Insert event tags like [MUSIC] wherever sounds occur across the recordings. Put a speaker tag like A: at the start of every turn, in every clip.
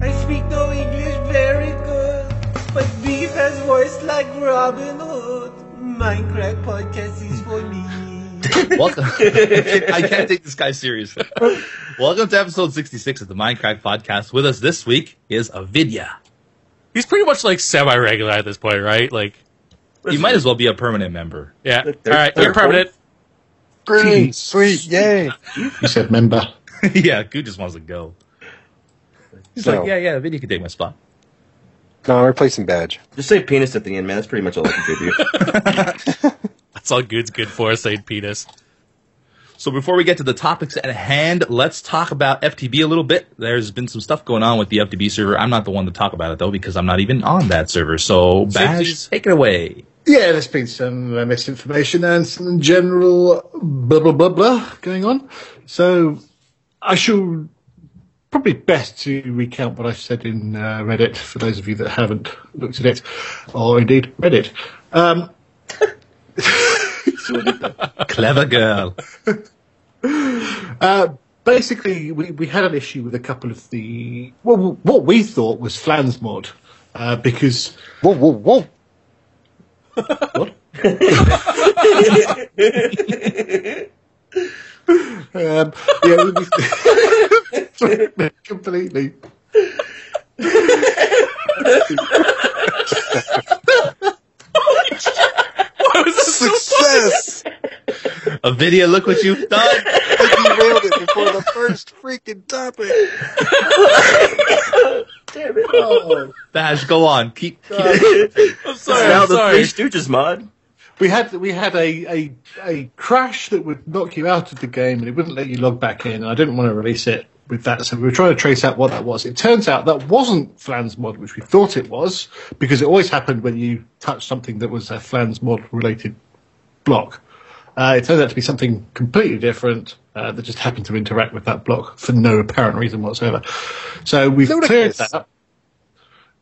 A: I speak no English very good, but Beef has voice like Robin Hood. Minecraft podcast is for me.
B: Welcome. I can't- I can't take this guy seriously. Welcome to episode 66 of the Minecraft Podcast. With us this week is Avidya.
C: He's pretty much like semi regular at this point, right? Like,
B: You might as well be a permanent member. [LAUGHS]
C: yeah.
D: They're-
C: All right,
D: they're
C: you're permanent.
E: Brilliant, sweet, yay. He said member.
B: yeah, Goo just wants to go. He's
E: So-
B: like, yeah, yeah, Avidya can take my spot.
E: No,
F: [LAUGHS]
E: replacing badge.
D: Just say penis at the end, man. That's pretty much all I can do.
C: That's all good's good for, Saint Penis.
B: So before we get to the topics at hand, let's talk about FTB a little bit. There's been some stuff going on with the FTB server. I'm not the one to talk about it though because I'm not even on that server. So Bash,
C: please-
B: take it away.
E: Yeah, there's been some uh, misinformation and some general blah, blah, blah, blah going on. So I shall probably best to recount what I said in uh, Reddit for those of you that haven't looked at it, or indeed read it. Um,
B: Clever girl.
E: Uh, basically, we, we had an issue with a couple of the well, what we thought was Flans mod uh, because whoa, whoa, whoa. [LAUGHS] what? um, yeah, we- [LAUGHS] sorry, man, completely.
C: Why was this so
F: Success!
B: Avidya, look what you've done.
F: I derailed it before the first freaking topic.
E: Oh.
B: Bash, go on. Keep, keep
C: I'm [LAUGHS] sorry.
D: now
C: I'm
D: the
C: sorry.
D: Three Stooges mod.
E: We had we had a, a a crash that would knock you out of the game and it wouldn't let you log back in. And I didn't want to release it with that, so we were trying to trace out what that was. It turns out that Flans mod, which we thought it was, because it always happened when you touched something that was a Flans mod related block. Uh, it turns out to be something completely different uh, that just happened to interact with that block for no apparent reason whatsoever. So we've cleared
F: Ludicrous.
E: that. up.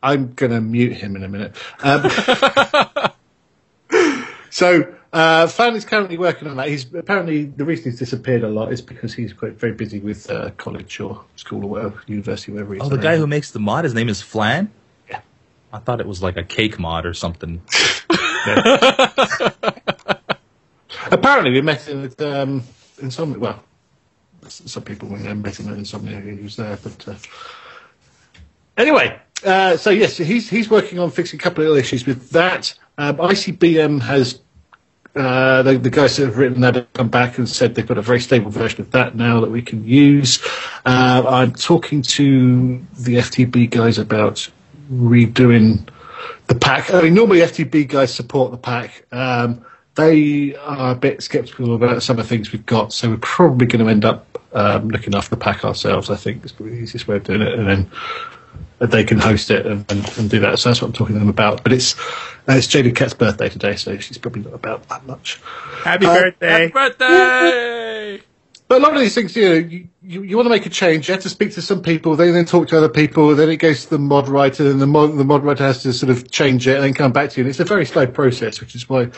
E: I'm going to mute him in a minute. Um, [LAUGHS] So uh, Fan is currently working on that. He's apparently the reason he's disappeared a lot is because he's quite very busy with uh, college or school or whatever, university, wherever he's.
B: Oh, the
E: at.
B: guy who makes the mod, his name is Flan? I thought it was like a cake mod or something.
E: apparently we met him at um, insomnia. Well, s- some people when they met him at insomnia, he was there. But uh, anyway, uh, so yes, he's he's working on fixing a couple of little issues with that. Um, ICBM has uh, the, the guys that have written that have come back and said they've got a very stable version of that now that we can use. Uh, I'm talking to the FTB guys about redoing the pack. I mean, normally FTB guys support the pack. Um, they are a bit sceptical about some of the things we've got, so we're probably going to end up um, looking after the pack ourselves. I think is probably the easiest way of doing it, and then they can host it and, and, and do that. So that's what I'm talking to them about. But it's uh, it's Jaded Cat's birthday today, so she's probably not about that much.
B: Happy
C: Happy
B: birthday.
D: Uh,
C: birthday!
E: But a lot of these things, you know, you, you, you want to make a change. You have to speak to some people, they then talk to other people, then it goes to the mod writer, then the mod, the mod writer has to sort of change it and then come back to you. And it's a very slow process, which is why you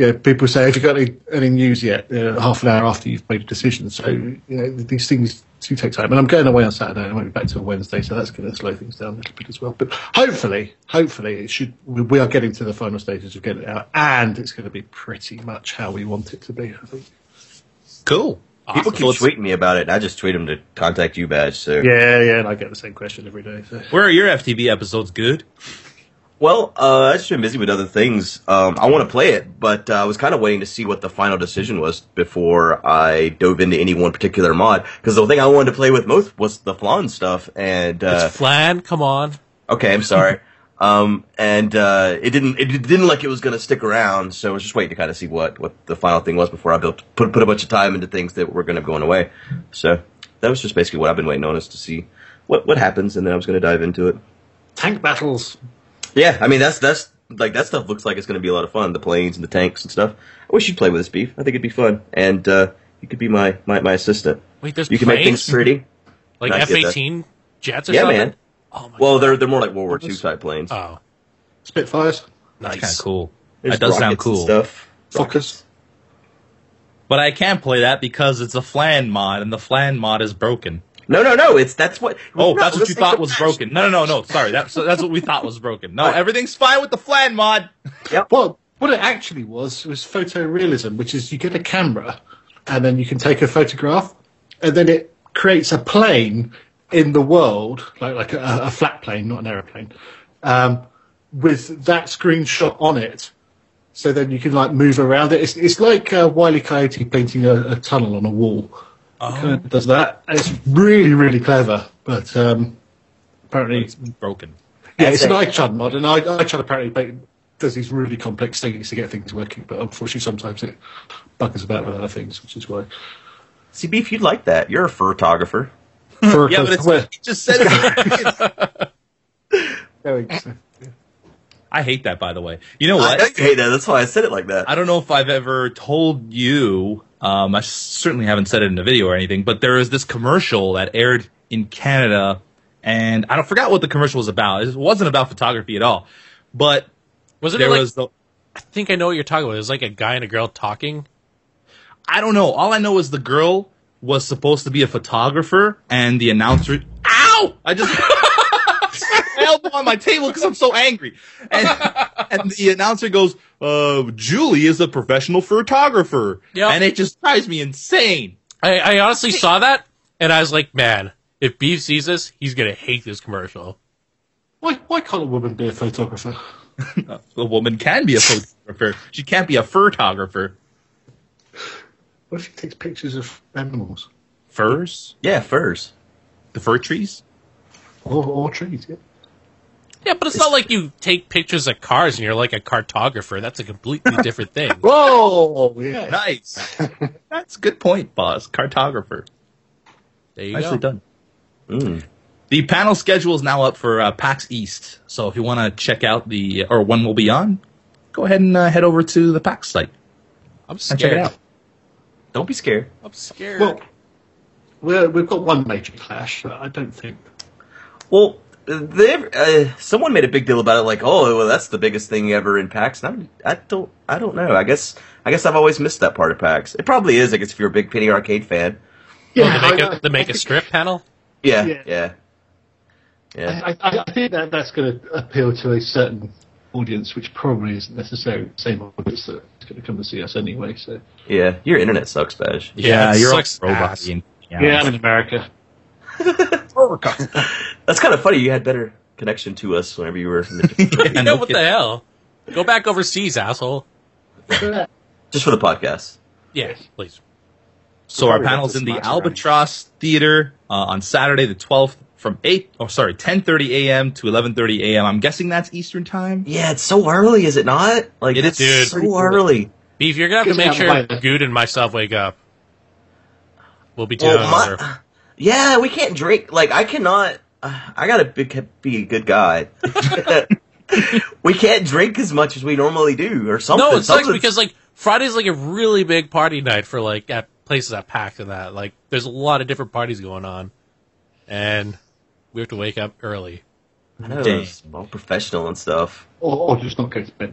E: know, people say, have you got any, any news yet? Uh, half an hour after you've made a decision. So, you know, these things do take time. And I'm going away on Saturday and I won't be back till Wednesday, so that's going to slow things down a little bit as well. But hopefully, hopefully, it should. we- we are getting to the final stages of getting it out, and it's going to be pretty much how we want it to be, I think.
B: Cool.
D: People keep
B: So it's-
D: tweeting me about it. I just tweet them to contact you, badge. So
E: Yeah, yeah, and I get the same question every day. So.
B: Where are your FTB episodes good?
D: Well, uh, I've just been busy with other things. Um, I want to play it, but uh, I was kind of waiting to see what the final decision was before I dove into any one particular mod. Because the thing I wanted to play with most was the Flan stuff, and uh,
C: It's Flan, come on.
D: Okay, I'm sorry. um, and uh, it didn't it didn't look like it was going to stick around, so I was just waiting to kind of see what, what the final thing was before I built put put a bunch of time into things that were going to be going away. So that was just basically what I've been waiting on is to see what what happens, and then I was going to dive into it.
E: Tank battles.
D: Yeah, I mean that's that's like that stuff looks like it's going to be a lot of fun. The planes and the tanks and stuff. I wish you'd play with this beef. I think it'd be fun, and uh, you could be my, my, my assistant.
C: Wait, there's
D: You can make
C: planes?
D: things pretty.
C: like
D: I
C: F
D: get that.
C: 18 jets or
D: Yeah,
C: something?
D: man.
C: Oh, my
D: Well, they're they're more like World War II type planes.
B: uh,
C: Oh,
E: Spitfires.
C: nice.
B: Kind of cool.
D: There's
B: that does sound
D: rockets and
B: cool.
D: Stuff.
E: Fuckers.
B: But I can't play that because it's a Flan mod, and the Flan mod is broken.
D: No, no, no. It's that's what.
B: Oh,
D: we're not
B: that's what you
D: listening
B: thought
D: to
B: was
D: Bash.
B: broken. No, no, no, no. Sorry, that's that's what we thought was broken.
D: [LAUGHS]
B: No, everything's fine with the flan mod. [LAUGHS]
E: Well, what it actually was was photorealism, which is you get a camera and then you can take a photograph, and then it creates a plane in the world, like like a, a flat plane, not an aeroplane, um, with that screenshot on it. So then you can like move around it. It's it's like uh, Wiley Coyote painting a, a tunnel on a wall. It kind of does that. And It's really really clever, but um, apparently
B: It's broken.
E: yeah, it's an
D: That's
E: iChud mod, and i- iChud apparently ba- does these really complex things to get things working, but unfortunately sometimes it buggers about with other things, which is why.
D: See, Beef, you'd like that. You're a photographer.
E: For-
B: Yeah, but it's,
E: where-
B: it just said it. [LAUGHS]
E: there we go.
B: I hate that, by the way. You know
D: I
B: what?
D: know you hate that. That's why I said it like that.
B: I don't know if I've ever told you. Um, I certainly haven't said it in a video or anything, but there is this commercial that aired in Canada, and I don't forgot what the commercial was about. It wasn't about photography at all, but
C: Wasn't
B: there
C: it like,
B: was the
C: I think I know what you're talking about. It was like a guy and a girl talking.
B: I don't know. All I know is the girl was supposed to be a photographer, and the announcer. Ow! I just [LAUGHS] elbow on my table because I'm so angry. And, and the announcer goes, uh, "Julie is a professional photographer,"
C: Yep.
B: and it just drives me insane.
C: I, I honestly saw that and I was like, man, if Beef sees this, he's gonna hate this commercial.
E: Why, why can't a woman be a photographer?
B: A woman can be a photographer. She can't be a photographer.
E: What if she takes pictures of animals?
B: Furs,
D: Yeah, furs.
B: the fir trees.
E: Or, or trees, yeah.
C: Yeah, but it's not like you take pictures of cars and you're like a cartographer. That's a
D: [LAUGHS]
C: completely different thing.
E: Whoa! Yeah.
B: Nice. [LAUGHS] That's a good point, boss. Cartographer.
C: There you
B: Nicely
C: go.
B: done.
C: Hmm.
D: Mm.
B: The panel schedule is now up for uh, PAX East. So if you want to check out the or when we'll be on, go ahead and uh, head over to the PAX site
C: I'm
B: and
C: scared.
B: check it out.
D: Don't be scared.
C: I'm scared.
E: Well, we're, we've got one major clash, but I don't think.
C: Oh,
D: Well, they uh, someone made a big deal about it, like, oh, well, that's the biggest thing ever in PAX. And I'm, I don't, I don't know. I guess, I guess I've always missed that part of PAx. It probably is. I guess if you're a big Penny Arcade fan.
E: Yeah,
C: the Oh, make
E: I-
C: a, the make a strip panel.
D: Yeah,
E: Yeah.
D: yeah, yeah.
E: I, I, I think that that's going to appeal to a certain audience, which probably isn't necessarily the same audience that's going to come and see us anyway. So
D: Yeah. your internet sucks, Bash.
C: it
B: you're
C: sucks
B: all robot.
C: ass.
B: [LAUGHS]
E: yeah, I'm in America.
D: That's kind of funny. You had better connection to us whenever you were. In the, [LAUGHS]
B: And
C: yeah,
B: look
C: what
B: at-
C: the hell? Go back overseas, asshole.
D: just for the podcast.
C: Yeah, please.
B: So our
E: Probably
B: panel's
E: that's
B: in the
E: a sponsor, right?
B: Albatross Theater uh, on Saturday the 12th from 8 or sorry 10:30 a.m. to 11:30 a.m. I'm guessing that's Eastern time.
D: Yeah, it's so early, is it not? Like,
B: It is,
D: it's
C: dude.
D: so early.
C: Beef, you're gonna have to
E: Get
C: make
E: me out
C: sure
E: of the way.
C: Good and myself wake up. We'll be down
D: Well, my, yeah, we can't drink. Like, I cannot. Uh, I gotta be, be a good guy. [LAUGHS] we can't drink as much as we normally do, or something.
C: No, it sucks
D: Something's-
C: because like Friday's like a really big party night for like at places that packed and that. Like there's a lot of different parties going on. And we have to wake up early.
D: I know,
B: Dang.
D: it's all professional and stuff.
E: [LAUGHS] or, or just not go to bed.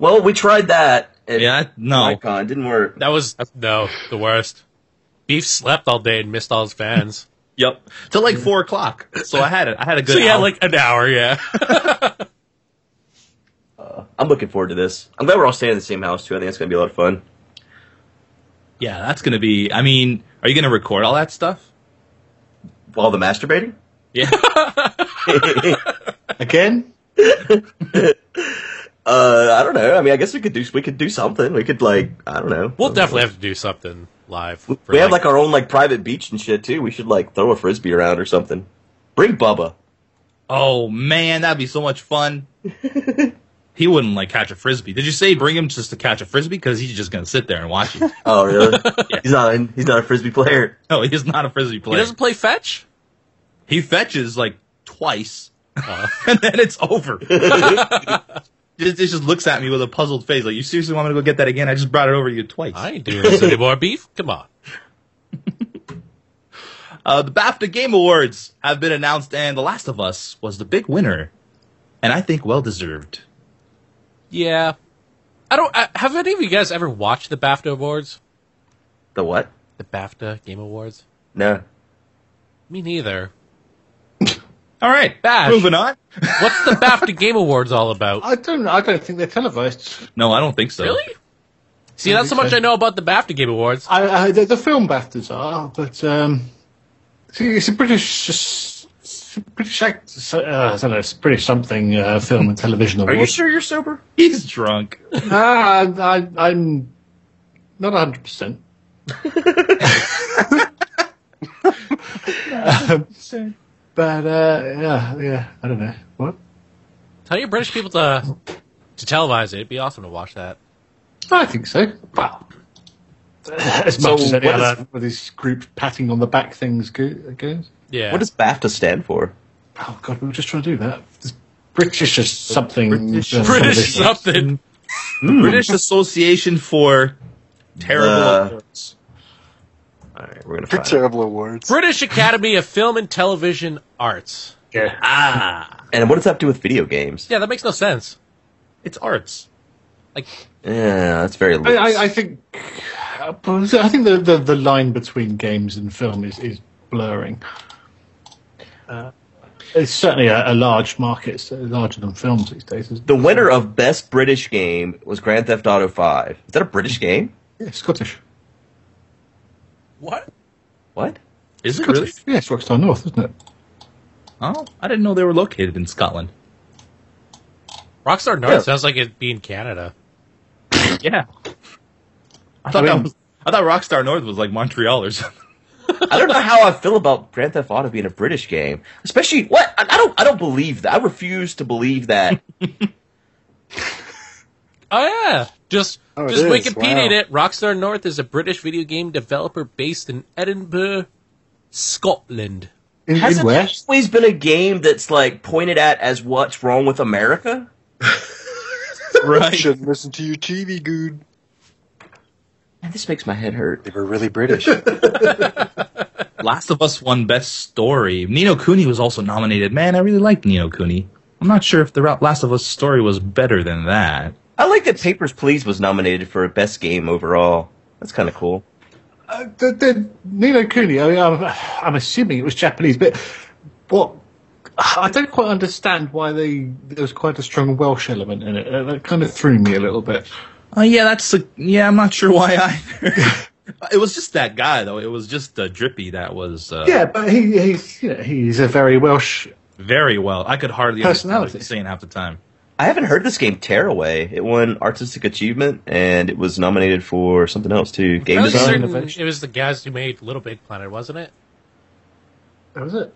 D: Well, we tried that. At
B: Yeah, no.
D: Icon didn't work.
C: That was no, the worst. Beef slept all day and missed all his
E: [LAUGHS]
C: fans.
B: Yep. Till like four o'clock. So I had it. I had a good.
C: so yeah,
B: hour.
C: like an hour, yeah.
D: I'm looking forward to this. I'm glad we're all staying in the same house too. I think it's gonna be a lot of fun.
B: yeah, that's gonna be. I mean, are you gonna record all that stuff?
D: All the masturbating.
B: Yeah.
E: Again?
D: [LAUGHS] Uh, I don't know. I mean, I guess we could do we could do something. We could like I don't know.
C: We'll definitely have to do something live.
D: We
C: for,
D: have like our own like private beach and shit too. We should like throw a frisbee around or something. Bring Bubba.
B: oh man, that'd be so much fun. he wouldn't like catch a frisbee. Did you say bring him just to catch a frisbee? Because he's just gonna sit there and watch it.
D: Oh really? He's not. A, he's not a frisbee player.
B: [LAUGHS] no, he's not a frisbee
C: he
B: player.
C: doesn't play fetch?
B: He fetches like
C: [LAUGHS]
B: twice,
C: Uh,
B: [LAUGHS] and then it's
C: [LAUGHS]
B: over. Just, it just looks at me with a puzzled face, like you seriously want me to go get that again? I just brought it over to you twice.
C: I ain't doing
D: [LAUGHS]
C: this anymore, Beef. Come on.
B: Uh, the BAFTA Game Awards have been announced, and The Last of Us was the big winner, and I think well deserved.
C: Yeah. I don't I, have any of you guys ever watched the BAFTA Awards?
D: The what?
C: The BAFTA Game Awards?
D: No.
C: Me neither.
B: All right,
C: Bash.
B: moving on. [LAUGHS]
C: What's the BAFTA Game Awards all about?
E: I don't. know. I don't think they're televised.
B: No, I don't think so.
C: [LAUGHS] Really? See, not so much I know about the BAFTA Game Awards.
E: I, I, the, the film Baftas are, but um, see, it's a British, it's a British act. so- Uh, I don't know. It's a British something uh, film and television
B: Are you
E: award.
B: sure you're sober? He's drunk.
E: Ah, I, I'm not
B: [LAUGHS]
E: hundred percent. But uh, yeah, yeah. I don't know what.
C: Tell your British people to to televise it. It'd be awesome to watch that.
E: I think so. Well, as much as any
D: what is-
E: other with this group patting on the back things go, goes.
C: Yeah.
D: What does BAFTA stand for?
E: Oh God, we were just trying to do that. This British is something.
B: British-
E: uh,
C: British
E: television.
D: Uh,
C: something? Hmm.
B: British Association for Terrible
D: Uh,
B: Awards.
D: All right, we're gonna
F: For
D: find. it.
F: terrible awards.
C: British Academy of Film and Television Arts.
D: And what does that have to do with video games?
C: Yeah, that makes no sense.
B: It's arts.
C: Like,
D: Yeah, that's very.
E: I,
D: loose.
E: I, I think. uh, I think the, the the line between games and film is is blurring. Uh, it's certainly a, a large market, so larger than films these days. isn't it?
D: the winner of best British game was Grand Theft Auto Five. Is that a British game?
E: Yeah, Scottish.
C: what?
D: What?
B: Is it really?
E: Scottish. Yeah, it's Rockstar North, isn't it?
B: Oh, I didn't know they were located in Scotland.
C: Rockstar North
D: Yeah.
C: sounds like it'd be in Canada.
B: Yeah. I thought,
E: I mean-
B: that was, I thought Rockstar North was like Montreal or something. [LAUGHS]
D: I don't know how I feel about Grand Theft Auto being a British game, especially what I, I don't. I don't believe that. I refuse to believe that.
C: Oh yeah, just
F: Oh, it
C: just
F: is.
C: Wikipedia
F: Wow.
C: it. Rockstar North is a British video game developer based in Edinburgh, Scotland.
E: In, in
D: Hasn't
E: where?
D: it always been a game that's like pointed at as what's wrong with America?
B: right.
F: Shouldn't listen to your TV, dude.
D: Man, this makes my head hurt.
F: They were really British.
B: Last of Us won Best Story. Nino Cooney was also nominated. Man, I really liked Nino Cooney. I'm not sure if the Ra- Last of Us story was better than that.
D: I like that Papers Please was nominated for best game overall. That's kind of cool.
E: Uh, the, the Nino Cooney, I mean, I'm, I'm assuming it was Japanese, but what I don't quite understand why they there was quite a strong Welsh element in it. Uh, That kind of threw me a little bit.
B: Oh yeah, that's a, yeah. I'm not sure why [LAUGHS] either. it was just that guy though. It was just uh, Drippy that was uh,
E: Yeah, but he, he's you know he's a very Welsh.
B: very well. I could hardly understand what he
E: Personality.
B: was saying half the time.
D: I haven't heard this game Tearaway. It won artistic achievement and it was nominated for something else too. Game
C: Fairly
D: design.
E: Design
C: certain
E: Innovation.
C: It was the guys who made Little Big Planet, wasn't it?
E: That was it.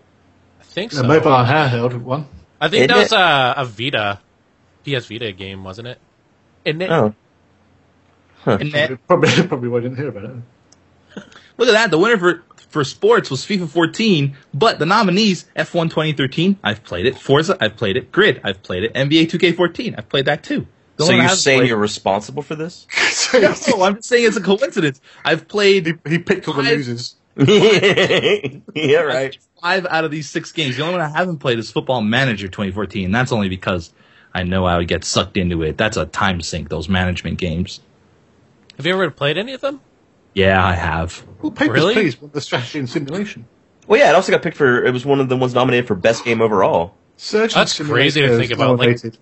C: I think
E: A
C: so.
E: mobile handheld one.
C: I think
D: Isn't
C: that was
D: it?
C: a, a Vita, PS Vita game, wasn't it? Isn't it?
D: Oh,
B: And that,
E: Probably [LAUGHS] probably why I didn't hear about it. [LAUGHS]
B: look at that. The winner for for sports was FIFA 14, but the nominees F1 2013. I've played it. Forza. I've played it. Grid. I've played it. NBA 2K14. I've played that too. The
D: so
B: one I
D: you're
B: haven't
D: saying
B: played-
D: you're responsible for this?
B: [LAUGHS] No, I'm just saying it's a coincidence. I've
E: he,
B: played
E: he picked all the
B: I-
E: losers.
D: [LAUGHS] yeah, right.
B: five out of these six games. The only one I haven't played is Football Manager 2014. and That's only because I know I would get sucked into it. That's a time sink. Those management games.
C: Have you ever played any of them?
B: Yeah, I have.
E: Well, Papers,
C: Really?
E: Please, won the strategy and simulation.
D: Well, yeah, it also got picked for. It was one of the ones nominated for best game overall.
E: Surgeon
C: That's crazy to
E: Simulator
C: think
E: is
C: about, like-
E: nominated.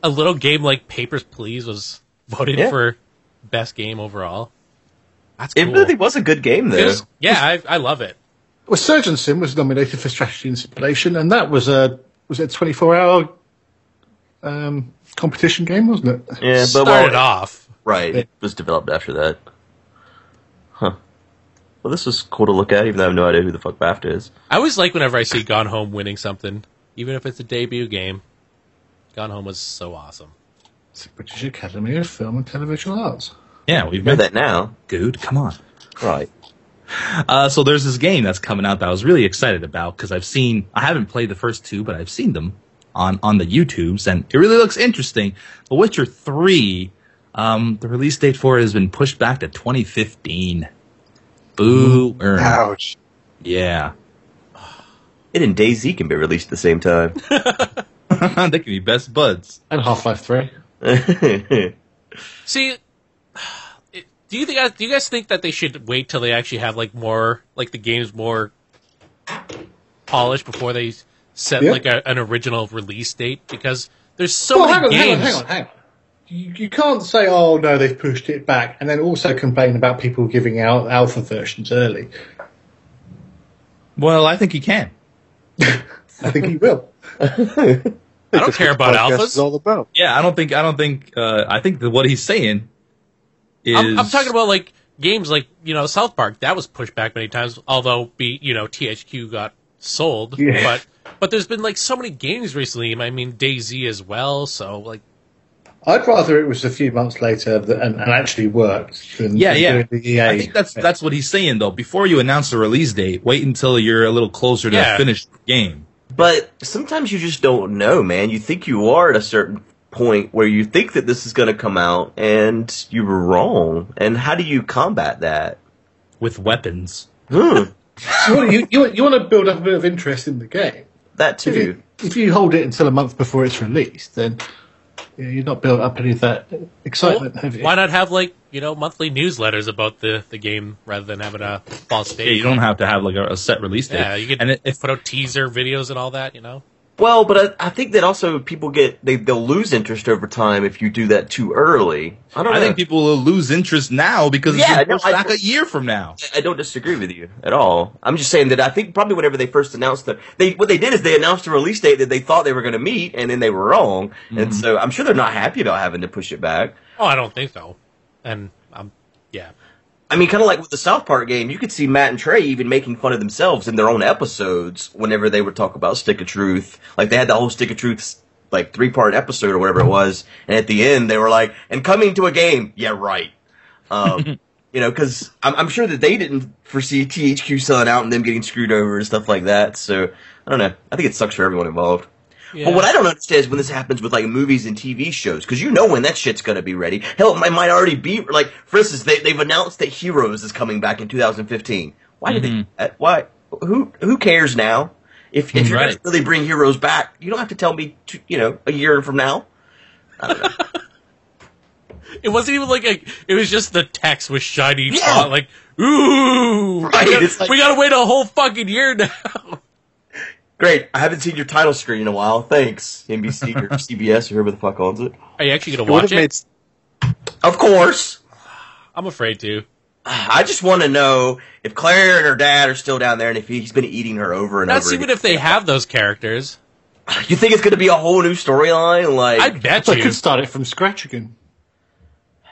C: A little game like Papers, Please was voted
D: Yeah.
C: for best game overall. That's
D: It
C: cool.
D: really was a good game though.
C: It's- yeah, I, I love it.
E: Well, Surgeon Sim was nominated for strategy and simulation, and that was a was it a twenty four hour um, competition game, wasn't it?
D: yeah, but well,
C: Started off.
D: right, it was developed after that. Huh. Well, this is cool to look at, even though I have no idea who the fuck BAFTA is.
C: I always like whenever I see Gone Home winning something, even if it's a debut game. Gone Home was so awesome.
E: It's the British Academy of Film and Television Arts.
B: Yeah, we've
D: Know
B: met that,
D: that now,
B: dude. Come on.
D: right?
B: Uh, so there's this game that's coming out that I was really excited about because I've seen I haven't played the first two, but I've seen them on on the YouTubes, and it really looks interesting. The Witcher Three, um, the release date for it has been pushed back to 2015. Boo! er,
F: Ouch.
B: Yeah,
D: It and DayZ can be released at the same time.
B: [LAUGHS] they can be best buds.
E: And Half Life Three.
C: See, [SIGHS] it- do you think? Do you guys think that they should wait till they actually have like more, like the game's more polish before they set
E: Yeah.
C: like a, an original release date because there's so
E: Well,
C: many
E: hang on, hang on,
C: games.
E: hang on, hang on. You, you can't say, oh no, they've pushed it back, and then also complain about people giving out alpha versions early.
B: Well, I think he can.
E: I think he will.
C: I don't care about
F: Podcast is
C: alphas.
F: all about.
B: Yeah, I don't think. I don't think. Uh, I think that what he's saying is.
C: I'm, I'm talking about like games like you know South Park that was pushed back many times. Although be you know THQ got sold,
E: Yeah.
C: but but there's been like so many games recently. I mean DayZ as well. So like
E: I'd rather it was a few months later that, and, and actually worked than,
B: Yeah,
E: than
B: yeah.
E: doing the E EA.
B: I think that's that's what he's saying though. Before you announce a release date, wait until you're a little closer to
C: Yeah.
B: the finished game.
D: But sometimes you just don't know, man. You think you are at a certain point where you think that this is going to come out, and you were wrong. And how do you combat that?
B: with weapons.
D: Hmm,
E: you, want, you, you, want- you want to build up a bit of interest in the game.
D: that
E: If
D: too.
E: you, if you hold it until a month before it's released, then you know, you're not built up any of that excitement, have you?
C: why not have like you know monthly newsletters about the the game rather than having a false date?
B: Yeah, you don't have to have like a, a set release date.
C: Yeah, you could
B: and it, if,
C: put out teaser videos and all that. You know.
D: Well, but I, I think that also people get they they'll lose interest over time if you do that too early. I don't.
B: I
D: know.
B: think people will lose interest now because it's
D: Yeah,
B: yeah,
D: no, I-
B: back a year from now.
D: I don't disagree with you at all. I'm just saying that I think probably whenever they first announced the they what they did is they announced a release date that they thought they were going to meet, and then they were wrong. And so I'm sure they're not happy about having to push it back.
C: Oh, I don't think so. And I'm yeah.
D: I mean, kind of like with the South Park game, you could see Matt and Trey even making fun of themselves in their own episodes whenever they would talk about Stick of Truth. Like they had the whole Stick of Truth like three part episode or whatever it was, and at the end they were like, "And coming to a game, yeah, right." Um, you know, because I'm, I'm sure that they didn't foresee THQ selling out and them getting screwed over and stuff like that. So I don't know. I think it sucks for everyone involved. But what I don't understand is when this happens with like movies and TV shows, because you know when that shit's gonna be ready. Hell, it might- might already be. Like, for instance, they, they've announced that Heroes is coming back in 2015. Why did
B: Mhm.
D: they? uh, Why? Who who cares now? If if you're
B: Right.
D: gonna really bring Heroes back, you don't have to tell me. To, you know, a year from now.
C: It wasn't even like a. It was just the text with shiny
D: Yeah.
C: font, like ooh.
D: Right,
C: we, gotta,
D: [LAUGHS] it's like-
C: we gotta wait a whole fucking year now. [LAUGHS]
D: Great, I haven't seen your title screen in a while. Thanks, NBC or [LAUGHS] CBS or whoever the fuck owns it.
C: Are you actually gonna
F: It would
C: watch
F: have
C: it?
F: made
D: Of course.
C: I'm afraid to.
D: I just want to know if Claire and her dad are still down there, and if he's been eating her over and
C: That's
D: over.
C: even
D: again.
C: if they have those characters.
D: you think it's going to be a whole new storyline, like
C: I bet
E: so I
C: you.
E: could start it from scratch again.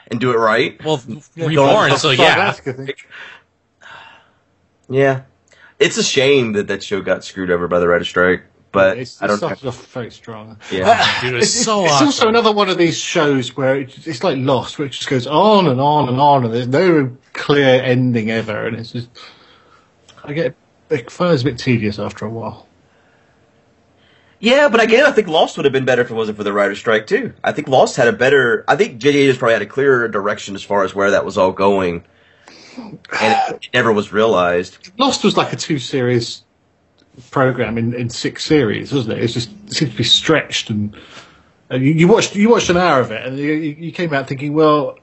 D: and do it right.
C: Well, reborn.
E: [LAUGHS]
C: So
E: Start
C: yeah,
E: that, I think.
D: Yeah, it's a shame that that show got screwed over by the writer's strike. But
E: It's,
D: I
E: it
D: don't.
E: started off very strong.
D: yeah,
C: dude, it's so
E: [LAUGHS] it's
C: awesome.
E: also another one of these shows where it, it's like Lost, where it just goes on and on and on, and there's no clear ending ever, and it's just I get it fires a bit tedious after a while.
D: yeah. But again, I think Lost would have been better if it wasn't for the writer's strike too. I think Lost had a better. I think J.J. just probably had a clearer direction as far as where that was all going, and it, it never was realized.
E: Lost was like a two series program in, in six series, wasn't it? It was just it seemed to be stretched, and, and you, you watched you watched an hour of it, and you, you you came out thinking, well,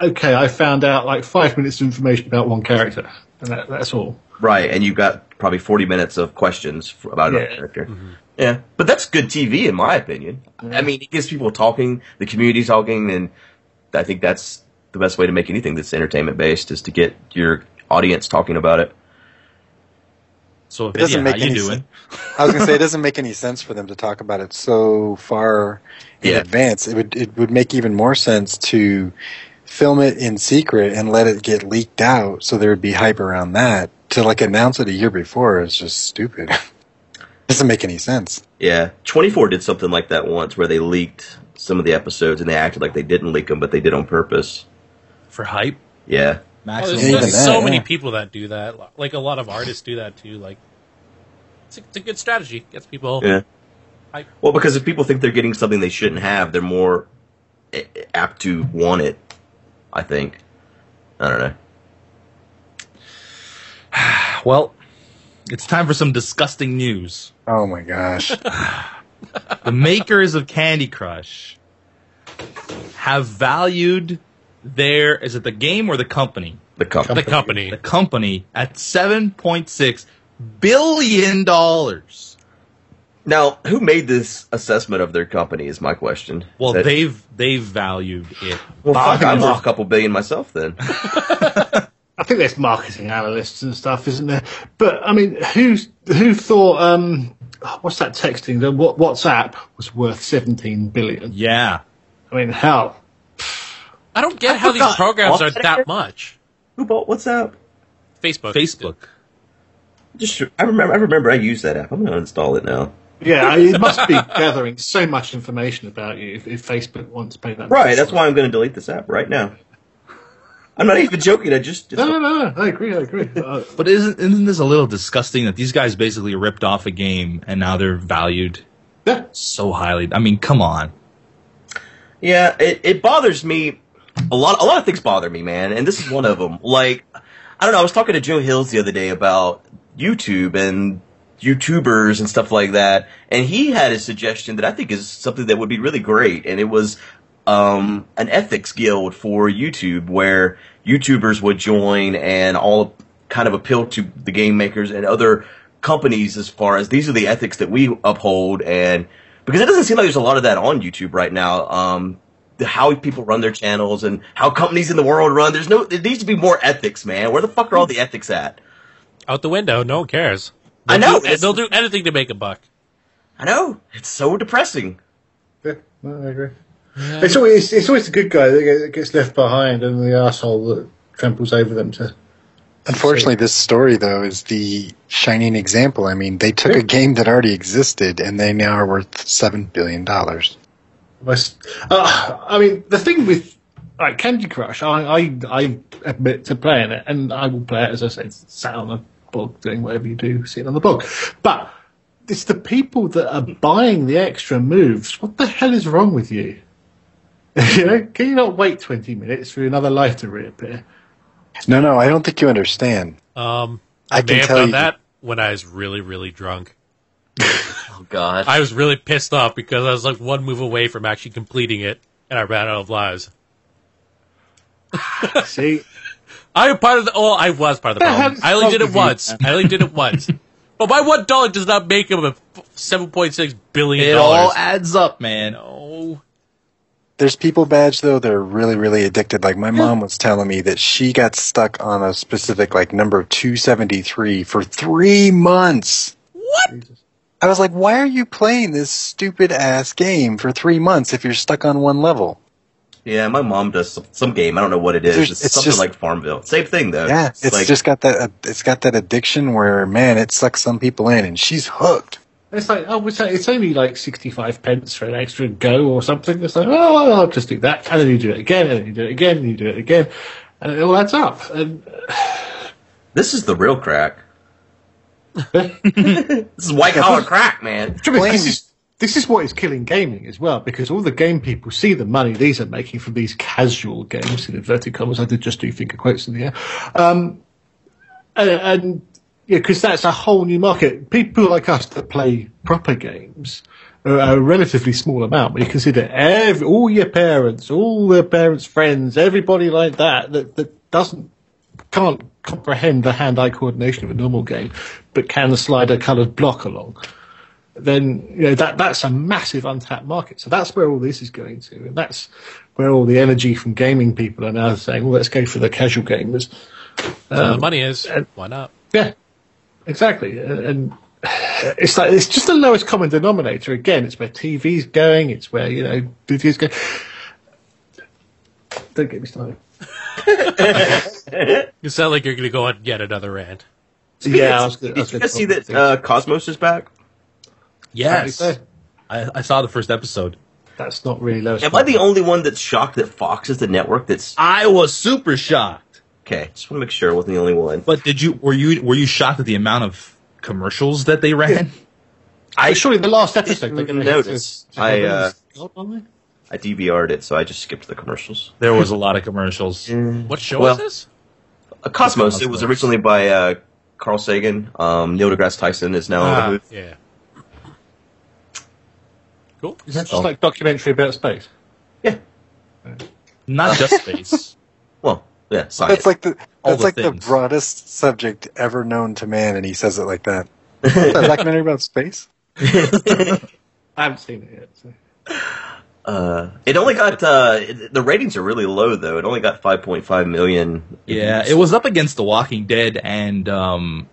E: okay, I found out like five minutes of information about one character, and that, that's all.
D: Right, and you got probably forty minutes of questions f- about another
E: Yeah.
D: character. Yeah, but that's good TV in my opinion. I mean, it gives people talking, the community talking, and I think that's the best way to make anything that's entertainment based is to get your audience talking about it.
B: So
F: It doesn't
B: yeah,
F: make
B: how you
F: any
B: doing?
F: sense. [LAUGHS] I was gonna say it doesn't make any sense for them to talk about it so far in
D: Yeah.
F: advance. It would it would make even more sense to film it in secret and let it get leaked out, so there would be hype around that. To like announce it a year before is just stupid. [LAUGHS] doesn't make any sense.
D: Yeah, Twenty Four did something like that once, where they leaked some of the episodes and they acted like they didn't leak them, but they did on purpose.
B: for hype.
D: Yeah,
C: Oh,
B: Maximum.
C: there's
F: Yeah,
C: there's
F: even that,
C: so many
F: yeah.
C: people that do that. Like a lot of artists do that too. Like it's a, it's a good strategy. Gets people.
D: yeah.
C: Hype.
D: Well, because if people think they're getting something they shouldn't have, they're more eh, apt to want it. I think. I don't know.
B: well, it's time for some disgusting news.
F: Oh my gosh!
B: The makers of Candy Crush have valued their is it the game or the company? [LAUGHS]
D: The company.
C: The company.
B: The company at 7.6 billion dollars.
D: Now, who made this assessment of their company is my question.
B: Well,
D: That-
B: they've they've valued it.
D: Well, fuck, I'm
E: Bargain.
D: worth a couple billion
B: [LAUGHS]
D: myself then.
E: I think there's marketing analysts and stuff, isn't there? But I mean, who who thought um, what's that texting? The what, WhatsApp was worth 17 billion.
B: Yeah.
E: I mean, hell,
C: I don't get how these
D: forgot.
C: programs are
D: What?
C: that much.
D: who bought WhatsApp?
C: Facebook.
B: Facebook.
D: Just I remember. I remember. I used that app. I'm gonna install it now.
E: yeah, I- it must
D: [LAUGHS]
E: be gathering so much information about you if, if Facebook wants to pay that.
D: Right. That's why I'm gonna delete this app right now. I'm not even joking. I just.
E: No, no, no, no. I agree. I agree. Uh,
B: But isn't isn't this a little disgusting that these guys basically ripped off a game and now they're valued
E: yeah.
B: so highly? I mean, come on.
D: Yeah, it, it bothers me. A lot, a lot of things bother me, man, and this is one of them. Like, I don't know. I was talking to Joe Hills the other day about YouTube and YouTubers and stuff like that, and he had a suggestion that I think is something that would be really great, and it was um, an ethics guild for YouTube where YouTubers would join and all kind of appeal to the game makers and other companies as far as these are the ethics that we uphold and because it doesn't seem like there's a lot of that on YouTube right now. Um, the- how people run their channels and how companies in the world run. There's no. There needs to be more ethics, man. Where the fuck are all the ethics at?
C: Out the window. No one cares.
D: I know.
C: They'll do, they'll do anything to make a buck.
D: I know. It's so depressing.
E: Yeah, no, I agree. It's always it's always the good guy that get- that gets left behind and the asshole that tramples over them to.
F: [LAUGHS] Unfortunately, this story though is the shining example. I mean, they took a game that already existed and they now are worth seven billion dollars.
E: Must- Uh, I mean, the thing with like Candy Crush, I, I I admit to playing it, and I will play it as I say, sat on a bog doing whatever you do, sitting on the bog. But it's the people that are buying the extra moves. What the hell is wrong with you? [LAUGHS] you know, can you not wait twenty minutes for another life to reappear? [LAUGHS]
F: No, no, I don't think you understand.
C: Um,
F: I
C: I,
F: can
C: may have
F: tell
C: done
F: you-
C: that when I was really, really drunk.
D: Oh God.
C: I was really pissed off because I was like one move away from actually completing it, and I ran out of lives.
E: See,
C: I am part of the. Oh, I was part of the
E: The hell
C: problem.
E: is
C: I only
E: wrong
C: did it
E: with you?
C: once. I only did it
E: [LAUGHS]
C: once. But my one dollar does not make him a seven point six billion
B: It all
C: dollars.
B: adds up, man.
C: No.
F: There's people badge though that are really, really addicted. Like my mom was telling me that she got stuck on a specific like number two seventy three for three months.
C: What?
F: I was like, why are you playing this stupid ass game for three months if you're stuck on one level?
D: yeah, my mom does some, some game. I don't know what it is.
F: There's-
D: It's,
F: it's
D: something
F: just-
D: like Farmville. Same thing though.
F: Yeah, it's
D: like,
F: just got that. uh, it's got that addiction where man, it sucks some people in, and she's hooked.
E: It's like, oh, it's it's only like 65 pence for an extra go or something. It's like, oh, well, I'll just do that. And then you do it again, and then you do it again, and you do it again. And it all adds up. And
D: this is the real crack. [LAUGHS]
E: Blame-
D: This is white collar crack, man.
E: this, is, this is what is killing gaming as well, because all the game people see the money these are making from these casual games, in inverted commas. I did just do finger quotes in the air. Um, and, and yeah, because that's a whole new market. People like us that play proper games are a relatively small amount. When you consider every, all your parents, all their parents' friends, everybody like that that, that doesn't can't comprehend the hand-eye coordination of a normal game, but can slide a coloured block along. Then you know that that's a massive untapped market. So that's where all this is going to, and that's where all the energy from gaming people are now saying, "Well, let's go for the casual gamers."
C: So the money is. Why not?
E: Yeah, exactly. And- And it's like it's just the lowest common denominator. Again, it's where TV's going. It's where you know videos go. Don't get me started.
C: You sound like you're going to go on yet another rant.
E: yeah, I was gonna,
D: [LAUGHS]
E: I
D: Did
E: was
D: you
E: gonna
D: guys see
E: talk about
D: that uh, Cosmos is back?
E: things.
B: Yes. I, I saw the first episode.
E: that's not really lowest.
D: Am I the
E: common.
D: only one that's shocked that Fox is the network that's
B: I was super shocked.
D: okay? Just want to make sure I wasn't the only one.
B: But did you were you were you shocked at the amount of commercials that they ran?
D: I
E: Surely the last episode.
D: didn't
E: they're gonna
D: notice.
E: have to-
D: I, uh,
E: God, aren't they?
D: I DVR'd it, so I just skipped the commercials.
B: There was a lot of commercials.
C: What show
D: Well-
C: is this?
D: Uh, Cosmos. It was originally by uh, Carl Sagan. Um, Neil deGrasse Tyson is now on oh, the
C: Ah,
D: booth.
C: yeah. Cool.
E: Is that just
D: Oh.
E: like documentary about space?
D: Yeah.
B: Not just space.
D: Well, Yeah, science.
F: That's like the
B: All
F: that's
B: the
F: like
B: things.
F: the broadest subject ever known to man, and he says it like
B: [LAUGHS]
F: that. What's that documentary about space?
E: I haven't seen it yet. So.
D: Uh, it only got uh, it- the ratings are really low though. It only got 5.5 million.
B: Yeah, it was up against The Walking Dead and um,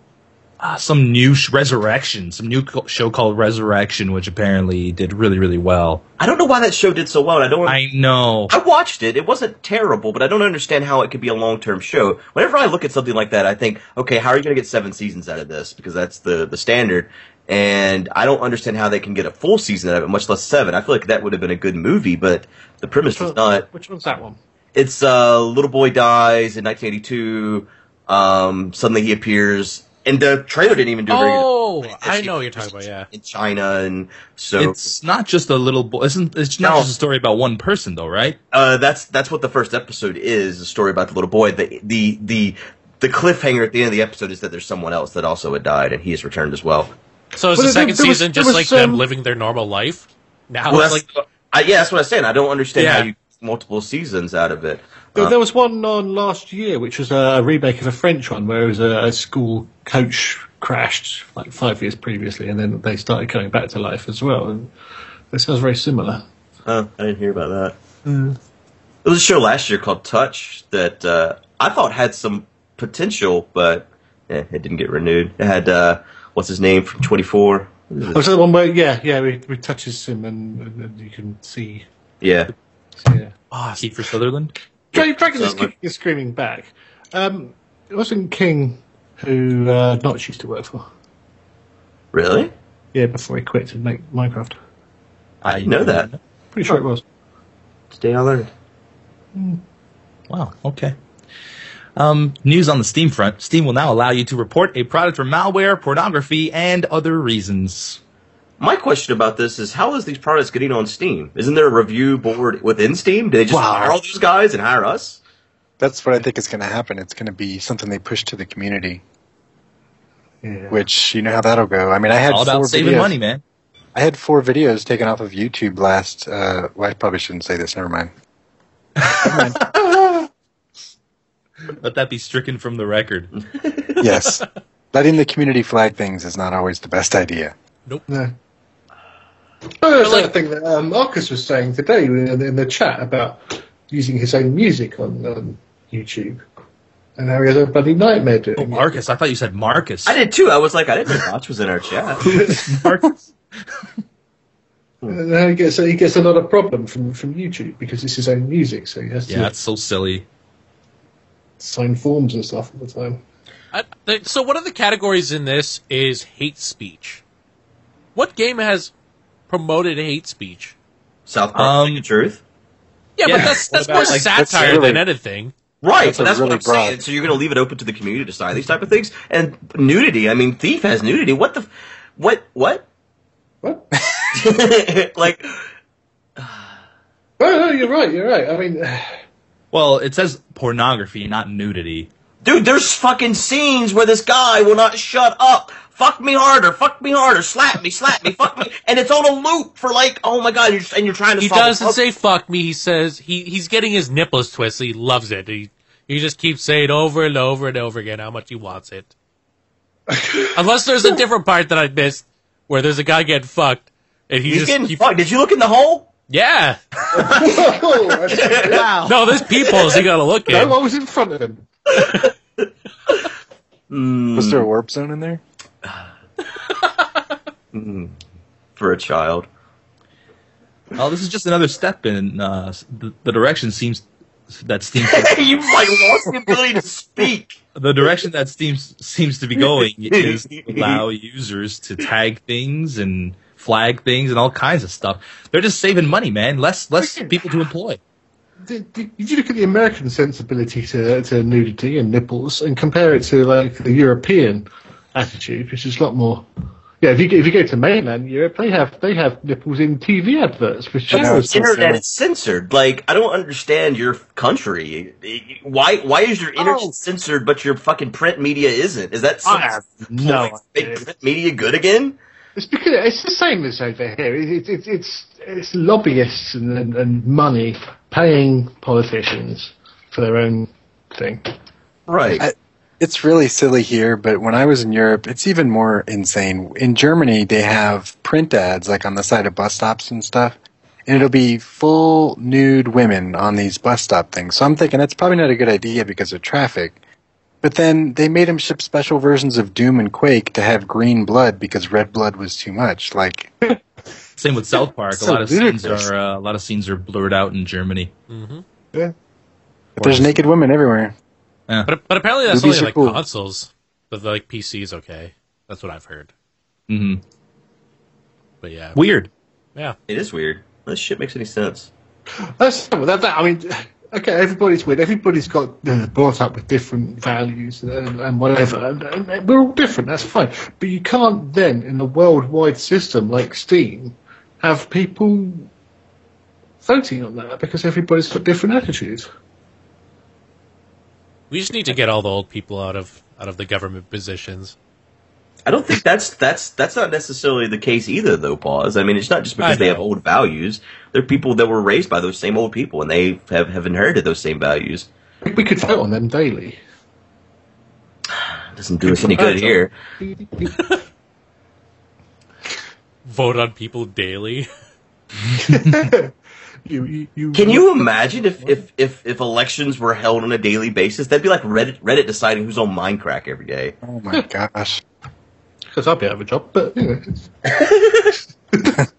B: uh, some new sh- Resurrection, some new co- show called Resurrection, which apparently did really, really well.
D: I don't know why that show did so well. And I don't. I,
B: I know.
D: watched it. It wasn't terrible, but I don't understand how it could be a long term show. Whenever I look at something like that, I think, okay, how are you going to get seven seasons out of this? Because that's the the standard. And I don't understand how they can get a full season out of it, much less seven. I feel like that would have been a good movie, but the premise was not.
E: Which one's that one?
D: it's uh little boy dies in 1982 um suddenly he appears and the trailer didn't even do very
C: Oh,
D: good.
C: I know what you're talking about. Yeah,
D: in china and so
B: It's not just a little boy. Isn't it's not
D: No.
B: just a story about one person though, right?
D: uh that's that's what the first episode is a story about the little boy the the the the cliffhanger at the end of the episode is that there's someone else that also had died and he has returned as well
C: so is the
E: But there-
C: second
E: there was-
C: season
E: there
C: just
E: was
C: like
E: some-
C: them living their normal life? Now
D: well,
C: it's
D: that's,
C: like
D: I, yeah that's what i was saying i don't understand how
C: Yeah.
D: you get multiple seasons out of it
E: There,
D: Uh,
E: there was one on last year, which was a remake of a French one, where it was a, a school coach crashed like five years previously, and then they started coming back to life as well. And it sounds very similar.
D: Oh, I didn't hear about that. There was a show last year called Touch that uh, I thought had some potential, but eh, it didn't get renewed. It had uh, what's his name from Twenty Four.
E: Was that the one where yeah, yeah, we, we touches him and, and, and you can see.
D: Yeah,
E: Yeah.
B: Ah, Kiefer Sutherland.
E: Dra- Dragon is
D: Sounds like-
E: kicking and screaming back. Um, it wasn't King who uh, Notch used to work for.
D: really?
E: Yeah, before he quit to make Minecraft.
D: I didn't know that.
E: Pretty sure it was.
D: Today I learned.
B: Wow. Okay. Um, news on the Steam front. Steam will now allow you to report a product for malware, pornography, and other reasons.
D: My question about this is how is these products getting on Steam? Isn't there a review board within Steam? Do they just
E: Wow.
D: hire all those guys and hire us?
F: That's what I think is going to happen. It's going to be something they push to the community,
E: Yeah.
F: which you know how that'll go. I mean, I had
B: All about
F: four
B: saving
F: videos-
B: money, man.
F: I had four videos taken off of YouTube last. Uh, well, I probably shouldn't say this. Never mind.
B: Let that be stricken from the record.
D: Mm-hmm.
B: [LAUGHS]
F: Yes, letting the community flag things is not always the best idea.
E: No. Oh, that's the other thing that um, Marcus was saying today in, in the chat about using his own music on um, YouTube. And how he has a bloody nightmare doing
B: Oh,
E: it.
B: Marcus. I thought you said Marcus.
D: I did too. I was like, I didn't know Notch was in our chat. [LAUGHS]
B: Marcus.
E: And how he gets, he gets another problem from, from YouTube because it's his own music, so he has to
B: Yeah, that's so silly.
E: sign forms and stuff all the time.
C: I, th- so. One of the categories in this is hate speech. What game has promoted hate speech?
D: South Park,
B: Um,
D: Stick of Truth.
C: Yeah,
B: Yeah,
C: but that's
B: what
C: that's
B: about,
C: more
B: like,
F: that's
C: satire
F: really-
C: than anything.
D: Right,
F: That's
D: but
F: a
D: that's what
F: really
D: I'm
F: broad-
D: saying. So you're going to leave it open to the community to decide these type of things. And nudity. I mean, Thief has nudity. What the? f- What? What?
E: What?
D: [LAUGHS] like,
E: Oh, no, you're right, you're right. I mean, [SIGHS] [LAUGHS]
B: Well, it says pornography, not nudity.
D: dude, there's fucking scenes where this guy will not shut up. Fuck me harder. Fuck me harder. Slap me. Slap me. fuck me. And it's on a loop for like, oh my god, you're, and you're trying to.
C: He
D: solve a
C: doesn't
D: puzzle.
C: say "fuck me." He says he he's getting his nipples twisted. He loves it. He he just keeps saying over and over and over again how much he wants it. Unless there's a different part that I missed where there's a guy getting fucked and he
D: He's
C: just
D: getting
C: keep-
D: fucked. Did you look in the hole?
C: yeah.
E: oh, [LAUGHS] that's-
B: Wow.
C: No, there's peepholes you gotta look
E: no,
C: at.
E: I was in front of him.
F: Was
B: Hmm.
F: there a warp zone in there?
D: For a child.
B: Well, Oh, this is just another step in uh, s- the, the direction seems that Steam
D: [LAUGHS]
F: [LAUGHS]
D: you like lost the ability to speak.
B: the direction that Steam s- seems to be going is to allow users to tag things and flag things and all kinds of stuff. They're just saving money, man. Less less people to employ.
E: Did, did did you look at the American sensibility to, to nudity and nipples and compare it to like the European attitude, which is a lot more? Yeah, if you go- if you go to mainland Europe, they have they have nipples in TV adverts, which
F: Yeah,
E: is
F: it's-
D: internet is censored. Like, I don't understand your country. Why? Why is your internet censored, but your fucking print media isn't? Is that some
E: no.
D: make print media good again?
E: It's because it's the same as over here. It, it, it, it's it's lobbyists and, and, and money paying politicians for their own
G: thing.
D: Right.
F: I- it's really silly here, but when I was in Europe, it's even more insane. In Germany, they have print ads like on the side of bus stops and stuff, and it'll be full nude women on these bus stop things. So I'm thinking that's probably not a good idea because of traffic. But then they made them ship special versions of Doom and Quake to have green blood because red blood was too much. Like,
B: Same with South Park.
F: It's
B: A
F: so
B: lot of scenes
F: ludicrous.
B: are uh, a lot of scenes are blurred out in Germany.
F: there's naked women everywhere.
C: But but apparently that's
F: Rubies
C: only
F: are
C: like
F: cool.
C: consoles, but like PC's okay. That's what I've heard.
B: hmm
C: But yeah,
B: Weird.
C: yeah.
D: it is weird. This shit makes any sense.
E: That's that, that. I mean, okay, everybody's weird. Everybody's got uh, brought up with different values and, and whatever. And, and we're all different. That's fine. But you can't then, in a worldwide system like Steam, have people voting on that because everybody's got different attitudes.
C: We just need to get all the old people out of out of the government positions.
D: I don't think that's that's that's not necessarily the case either, though. Pause. I mean, it's not just
C: I
D: because they
C: know.
D: have old values. They're people that were raised by those same old people, and they have, have inherited those same values.
E: We could vote on them daily.
D: doesn't do us any good here.
C: Vote on people daily. [LAUGHS]
E: You, you,
D: Can you imagine if, if, if, if elections were held on a daily basis? That'd be like Reddit Reddit deciding who's on Minecraft every day.
F: Oh my gosh.
E: Because I'd be out of a job, but you know, it's-
D: I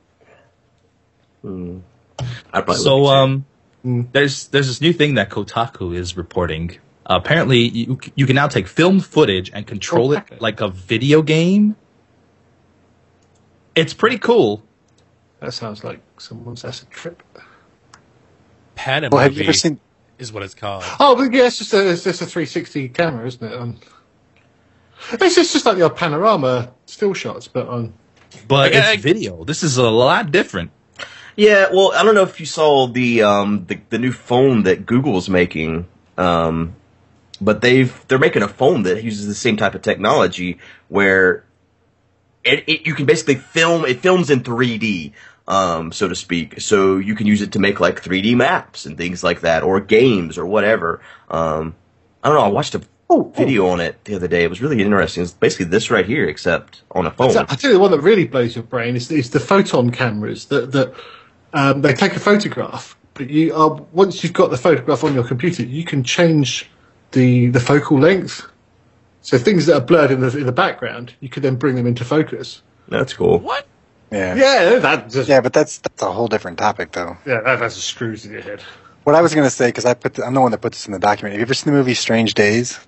D: probably
B: So
D: would be
B: um,
D: Mm.
B: there's there's this new thing that Kotaku is reporting. Uh, apparently, you you can now take film footage and control it like a video game. It's pretty cool.
E: that sounds like someone's acid trip.
C: Panama
F: Well, have you ever seen?
C: is what it's [GASPS] called.
E: Oh, but yeah, it's just a, it's just a 360 camera, isn't it? Um, it's, it's just like your panorama still shots, but um, on.
B: But
C: Like,
B: it's
C: I-
B: video. This is a lot different.
D: too. yeah. Well, I don't know if you saw the um the, the new phone that Google's making. Um, but they've they're making a phone that uses the same type of technology where it, it you can basically film it films in 3D um so to speak so you can use it to make like 3D maps and things like that or games or whatever um I don't know I watched a video on it the other day it was really interesting it's basically this right here except on a phone
E: So I tell you, the one that really blows your brain is, is the photon cameras that that um, they take a photograph, but you are once you've got the photograph on your computer, you can change the the focal length. So things that are blurred in the in the background, you could then bring them into focus.
D: that's cool
C: What?
F: Yeah. yeah.
E: Yeah, that just yeah,
F: Yeah, but that's that's a whole different topic, though.
E: that, that's a screws in your head.
F: What I was gonna say, because I put, the, I'm the one that put this in the document. Have you ever seen the movie Strange Days?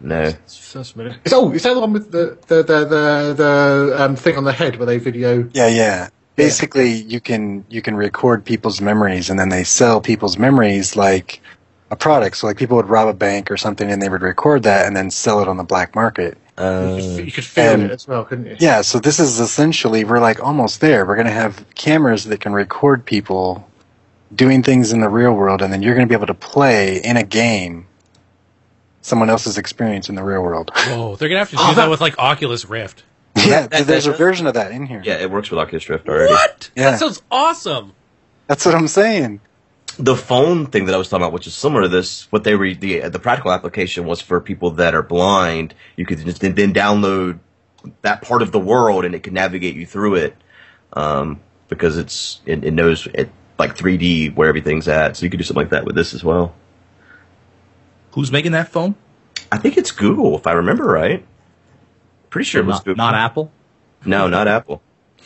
D: no
E: Sounds familiar. It's, oh, is that the one with the the the the, the um, thing on the head where they video?
F: Yeah, yeah. Basically, you can you can record people's memories, and then they sell people's memories like a product. So, like people would rob a bank or something, and they would record that and then sell it on the black market.
D: uh,
E: You could feel
F: Um,
E: it as well, couldn't you?
F: Yeah. So this is essentially we're like almost there. We're gonna have cameras that can record people doing things in the real world, and then you're gonna be able to play in a game someone else's experience in the real world. [LAUGHS]
C: Whoa, they're gonna have to do
E: Oh,
C: that
E: that-
C: with like Oculus Rift.
F: yeah, there's a
D: that-
F: version of that in here.
D: yeah it works with Oculus Rift already
C: What?
F: Yeah.
C: That sounds awesome.
F: That's what I'm saying.
D: the phone thing that I was talking about, which is similar to this, what they re- the the practical application was for people that are blind. You could just then, then download that part of the world, and it can navigate you through it um, because it's it, it knows it like 3D where everything's at. So you could do something like that with this as well.
B: Who's making that phone?
D: I think it's Google, if I remember right. Pretty sure it was
B: Not,
D: Google.
B: not Apple.
D: No, not Apple.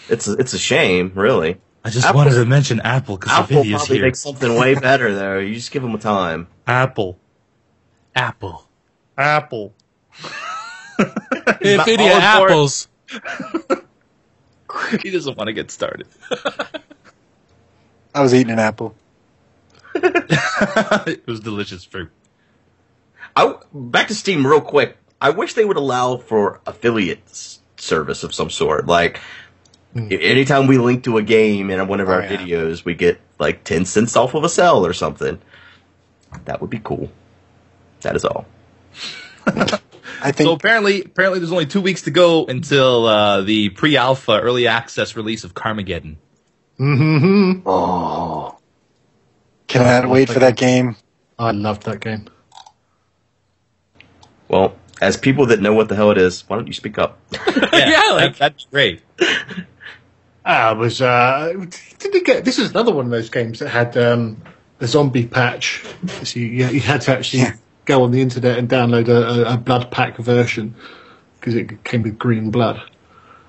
D: It's a, it's a shame, really.
B: I just
D: Apple-
B: wanted to mention Apple because the
D: Apple
B: video's
D: probably
B: here.
D: makes something way better, though. You just give them a time.
B: Apple.
C: Apple.
B: Apple.
C: Nvidia
B: all for it.
C: apples.
B: [LAUGHS] he doesn't want to get started. [LAUGHS]
F: I was eating an apple.
B: it was delicious fruit.
D: I back to Steam real quick. I wish they would allow for affiliate s- service of some sort. Like a- anytime we link to a game in one of our
F: yeah.
D: videos, we get like ten cents off of a sell or something. That would be cool. That is all.
F: I think
B: So apparently, apparently, there's only two weeks to go until uh, the pre-alpha early access release of Carmageddon.
F: cannot wait for that game.
E: I loved that game.
D: Well, as people that know what the hell it is, why don't you speak up?
C: [LAUGHS] Yeah,
B: that-
C: like-
B: that'd be great.
E: Ah, it was uh, did it get? This is another one of those games that had um, the zombie patch. So you, you had to actually
F: Yeah.
E: go on the internet and download a, a, a blood pack version because it came with green blood.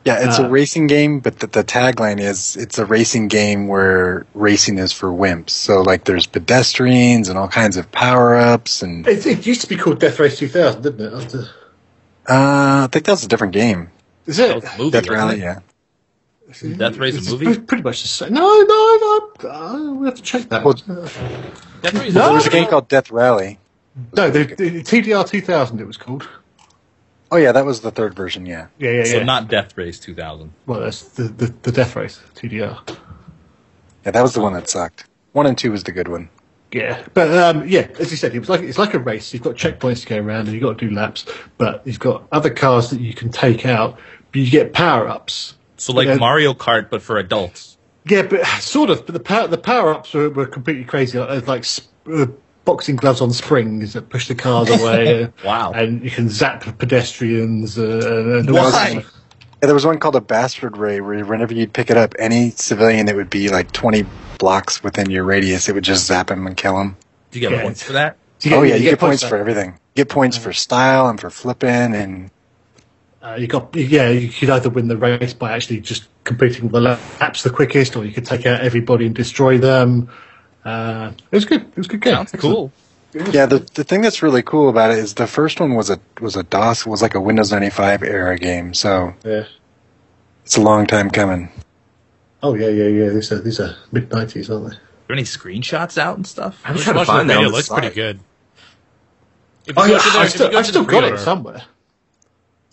F: Yeah, it's
E: Uh,
F: a racing game, but the, the tagline is it's a racing game where racing is for wimps. So like there's pedestrians and all kinds of power ups, and
E: It, it used to be called Death Race 2000, didn't it? That's the-
F: uh, I think that's a different game.
E: Is
B: That
E: it?
B: was a movie.
F: Death
B: wasn't
F: Rally,
B: it?
F: yeah.
B: Death Race a
E: It's
B: Oh, movie?
E: pre- Pretty much the same. No, no, no. I will have to check that.
F: Well,
B: Death Race
E: No.
F: Well, there was a game called Death Rally.
E: no, the, the TDR 2000. It was called.
F: Oh yeah, that was the third version. Yeah,
E: Yeah, yeah, yeah.
B: So not Death Race 2000.
E: well, that's the, the the Death Race TDR.
F: yeah, that was the one that sucked. One and two was the good one.
E: Yeah, but um, yeah, as you said, it was like it's like a race. You've got checkpoints to go around, and you've got to do laps. But you've got other cars that you can take out. But you get power ups.
B: So like
E: Yeah.
B: Mario Kart, but for adults.
E: Yeah, but [SIGHS] sort of. But the power the power ups were, were completely crazy. Like, there's like sp- uh, boxing gloves on springs that push the
B: [LAUGHS]
E: cars away.
B: Wow.
E: And you can zap pedestrians. Uh, and all
B: Why?
E: that.
F: Yeah, there was one called a Bastard Ray, where whenever you'd pick it up, any civilian that would be like 20 blocks within your radius, it would just zap him and kill him.
B: Do you get
E: Yeah.
B: points for that?
E: So
F: oh yeah, you, get, points
E: for
F: for
E: it.
F: everything. You get points for style and for flipping, and
E: Uh, you got yeah. You could either win the race by actually just completing the laps the quickest, or you could take out everybody and destroy them. Uh, it was good. It was a good game.
B: Sounds cool.
F: yeah. The the thing that's really cool about it is the first one was a was a DOS was like a Windows 95 era game, so
E: Yeah.
F: it's a long time coming.
E: Oh yeah, yeah, yeah. These are these are mid nineties, aren't they?
B: Are there any screenshots out and stuff?
D: I'm
C: Just watch the
D: that
C: video.
D: on
C: It
D: the
C: looks pretty
D: side.
C: good. If
E: Oh,
C: you
E: yeah,
C: go to their-
E: I
C: if you
E: still,
C: go
E: I
C: to
E: still
C: the
E: got it
C: trailer-
E: somewhere.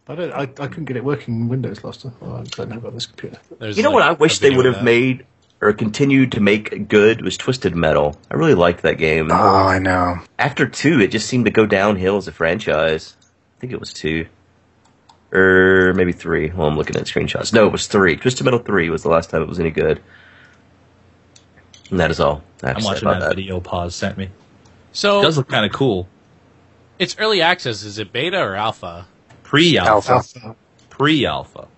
E: I don't. I, I couldn't get it working in Windows last time. Oh, I don't know about this computer.
C: There's
D: You know
C: like
D: what I
C: a
D: wish they
C: video
D: would
C: of
D: have
C: that.
D: made or continued to make good was Twisted Metal. I really liked that game.
F: Oh, I know.
D: After two, it just seemed to go downhill as a franchise. I think it was two. Or maybe three. Well, I'm looking at screenshots. No, it was three. Twisted Metal 3 was the last time it was any good. And that is all. I
B: I'm
D: have to say
B: watching
D: about
B: that, video Pause sent me. It
C: So
B: does look kind of cool.
C: it's early access. Is it beta or alpha?
B: Pre-alpha.
F: Alpha.
E: Alpha.
B: Pre-alpha.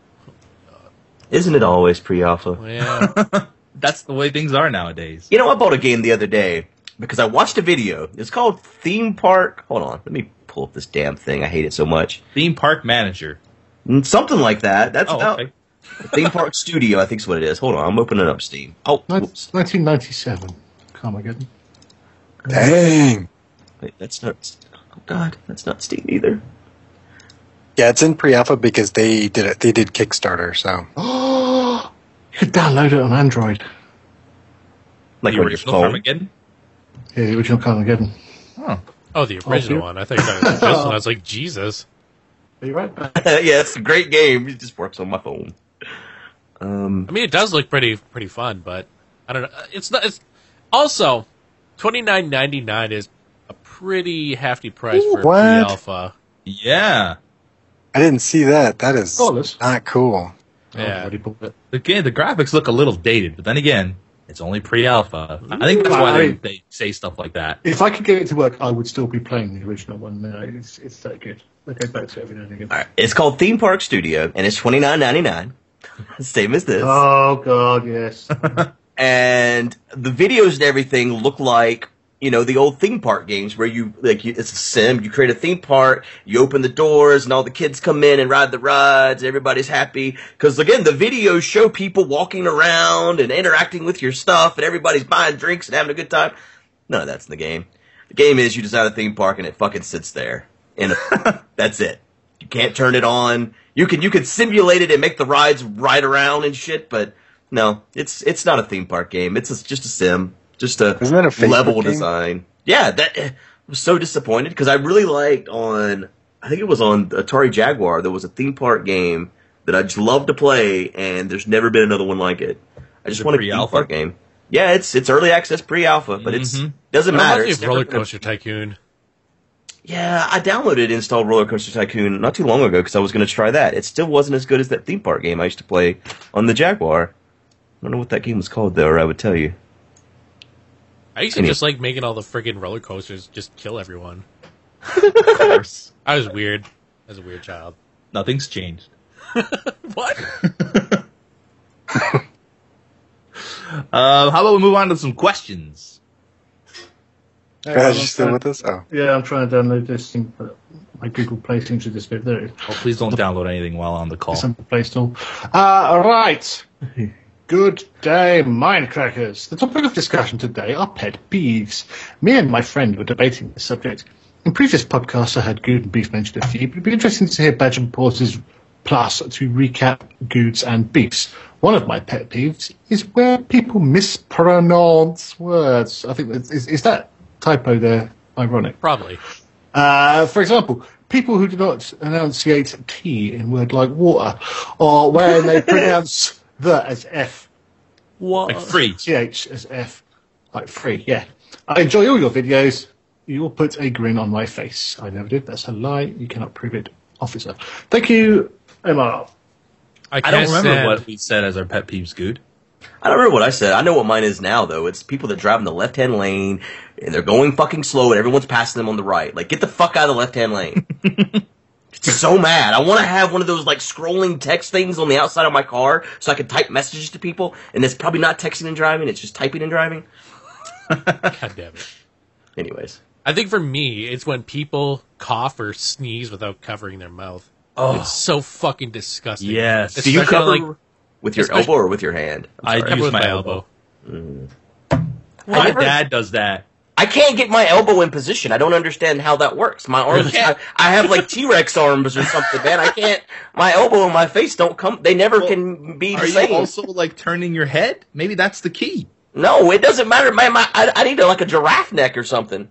D: Isn't it always pre alpha?
C: Yeah.
B: That's the way things are nowadays.
D: You know, I bought a game the other day because I watched a video. It's called Theme Park. Hold on, let me pull up this damn thing. I hate it so much.
B: Theme park manager.
D: Mm, Something like that. That's
B: Oh,
D: not-
B: okay.
D: Theme Park [LAUGHS] Studio. I think is what it is. Hold on, I'm opening up Steam. Oh, whoops.
E: Nineteen ninety seven. Carmageddon.
F: Dang.
D: Wait, that's not. Oh God, that's not Steam either.
F: Yeah, it's in pre-alpha because they did it. They did Kickstarter, [GASPS] so
E: Oh, you could download it on Android.
D: Like
B: the
D: on your
B: original
D: phone.
B: Armageddon?
E: Yeah, the original Carmageddon.
B: Oh.
C: Oh, the original
E: dear.
C: one. I think that was this one. I was like, Jesus.
E: Are you right? back?
D: [LAUGHS] yeah, it's a great game. It just works on my phone. Um,
C: I mean, it does look pretty pretty fun, but I don't know. Uh, It's not. It's also twenty nine ninety nine is a pretty hefty price for
F: What?
C: pre-alpha.
B: Yeah.
F: I didn't see that. That is
E: Dollars.
F: not cool.
E: Oh, I've
C: Yeah.
E: already bought it.
B: The, game, the graphics look a little dated, but then again, it's only pre-alpha. I think that's why they, they say stuff like that.
E: If I could get it to work, I would still be playing the original one. Now it's it's that good. I go back to it every now and again.
D: all right. It's called Theme Park Studio, and it's twenty nine ninety nine. [LAUGHS] Same as this.
E: Oh God, yes.
D: and the videos and everything look like you know the old theme park games where you like you, it's a sim you create a theme park you open the doors and all the kids come in and ride the rides and everybody's happy because again the videos show people walking around and interacting with your stuff and everybody's buying drinks and having a good time none of that's in the game the game is you design a theme park and it fucking sits there and
F: [LAUGHS]
D: that's it you can't turn it on you can you can simulate it and make the rides ride around and shit but no, it's it's not a theme park game. It's a, just a sim, just a,
F: Isn't that a Facebook
D: level
F: game?
D: design. Yeah, that eh, I was so disappointed because I really liked on I think it was on Atari Jaguar. There was a theme park game that I just loved to play, and there's never been another one like it. I just
B: it
D: want a theme
B: pre-alpha?
D: park game. Yeah, it's it's early access pre-alpha, but it's
B: Mhm.
D: doesn't matter.
C: Reminds
D: It's
C: me of Roller
D: never gonna-
C: Coaster Tycoon.
D: yeah, I downloaded and installed Roller Coaster Tycoon not too long ago because I was going to try that. It still wasn't as good as that theme park game I used to play on the Jaguar. I don't know what that game was called though, or I would tell you.
B: [LAUGHS]
C: I used to just like making all the friggin' roller coasters just kill everyone.
B: Of course.
C: I was weird. I was a weird child.
B: Nothing's changed.
C: What?
B: [LAUGHS] Uh, how about we move on to some questions?
F: [LAUGHS] Guys, you
E: [LAUGHS]
F: still with us? Oh,
E: Yeah, I'm trying to download this thing, but my Google Play seems to disappear. There it is.
B: Oh, please don't download anything while on the call.
E: It's on the Play Store. Uh, all right. Good day, Minecrackers. The topic of discussion today are pet peeves. Me and my friend were debating this subject. In previous podcasts, I had Good and Beef mentioned a few, but it'd be interesting to hear Badge and Pause's plus to recap Goods and Beefs. One of my pet peeves is where people mispronounce words. I think that, is, is that typo there ironic?
C: Probably.
E: Uh, for example, people who do not enunciate T in word like water, or where they pronounce the as F,
C: What?
B: Like free.
E: TH as F, like free, yeah. I enjoy all your videos. You all put a grin on my face. I never did. That's a lie. You cannot prove it, officer. Thank you, MR.
B: I don't
C: can't
B: remember
C: stand-
B: what we said as our pet peeves, good.
D: I don't remember what I said. I know what mine is now, though. It's people that drive in the left-hand lane and they're going fucking slow, and everyone's passing them on the right. Like, get the fuck out of the left-hand lane. It's so mad. I want to have one of those like scrolling text things on the outside of my car so I can type messages to people. And it's probably not texting and driving; it's just typing and driving.
C: God damn it.
D: Anyways,
C: I think for me, it's when people cough or sneeze without covering their mouth.
B: Oh.
C: It's so fucking disgusting.
B: Yes.
C: Especially
D: do you cover
C: like
D: with your
C: especially-
D: elbow or with your hand?
B: I
C: cover
B: use
C: with
B: my, elbow. My dad does that.
D: I can't get my elbow in position. I don't understand how that works. My arms,
C: Really?
D: I, I
B: [LAUGHS]
D: have like T Rex arms or something, man. I can't. My elbow and my face don't come. They never
B: Well,
D: can be
B: Are
D: the
B: you
D: same.
B: also like turning your head? Maybe that's the key.
D: no, it doesn't matter, man. My, I, I need a, like a giraffe neck or something.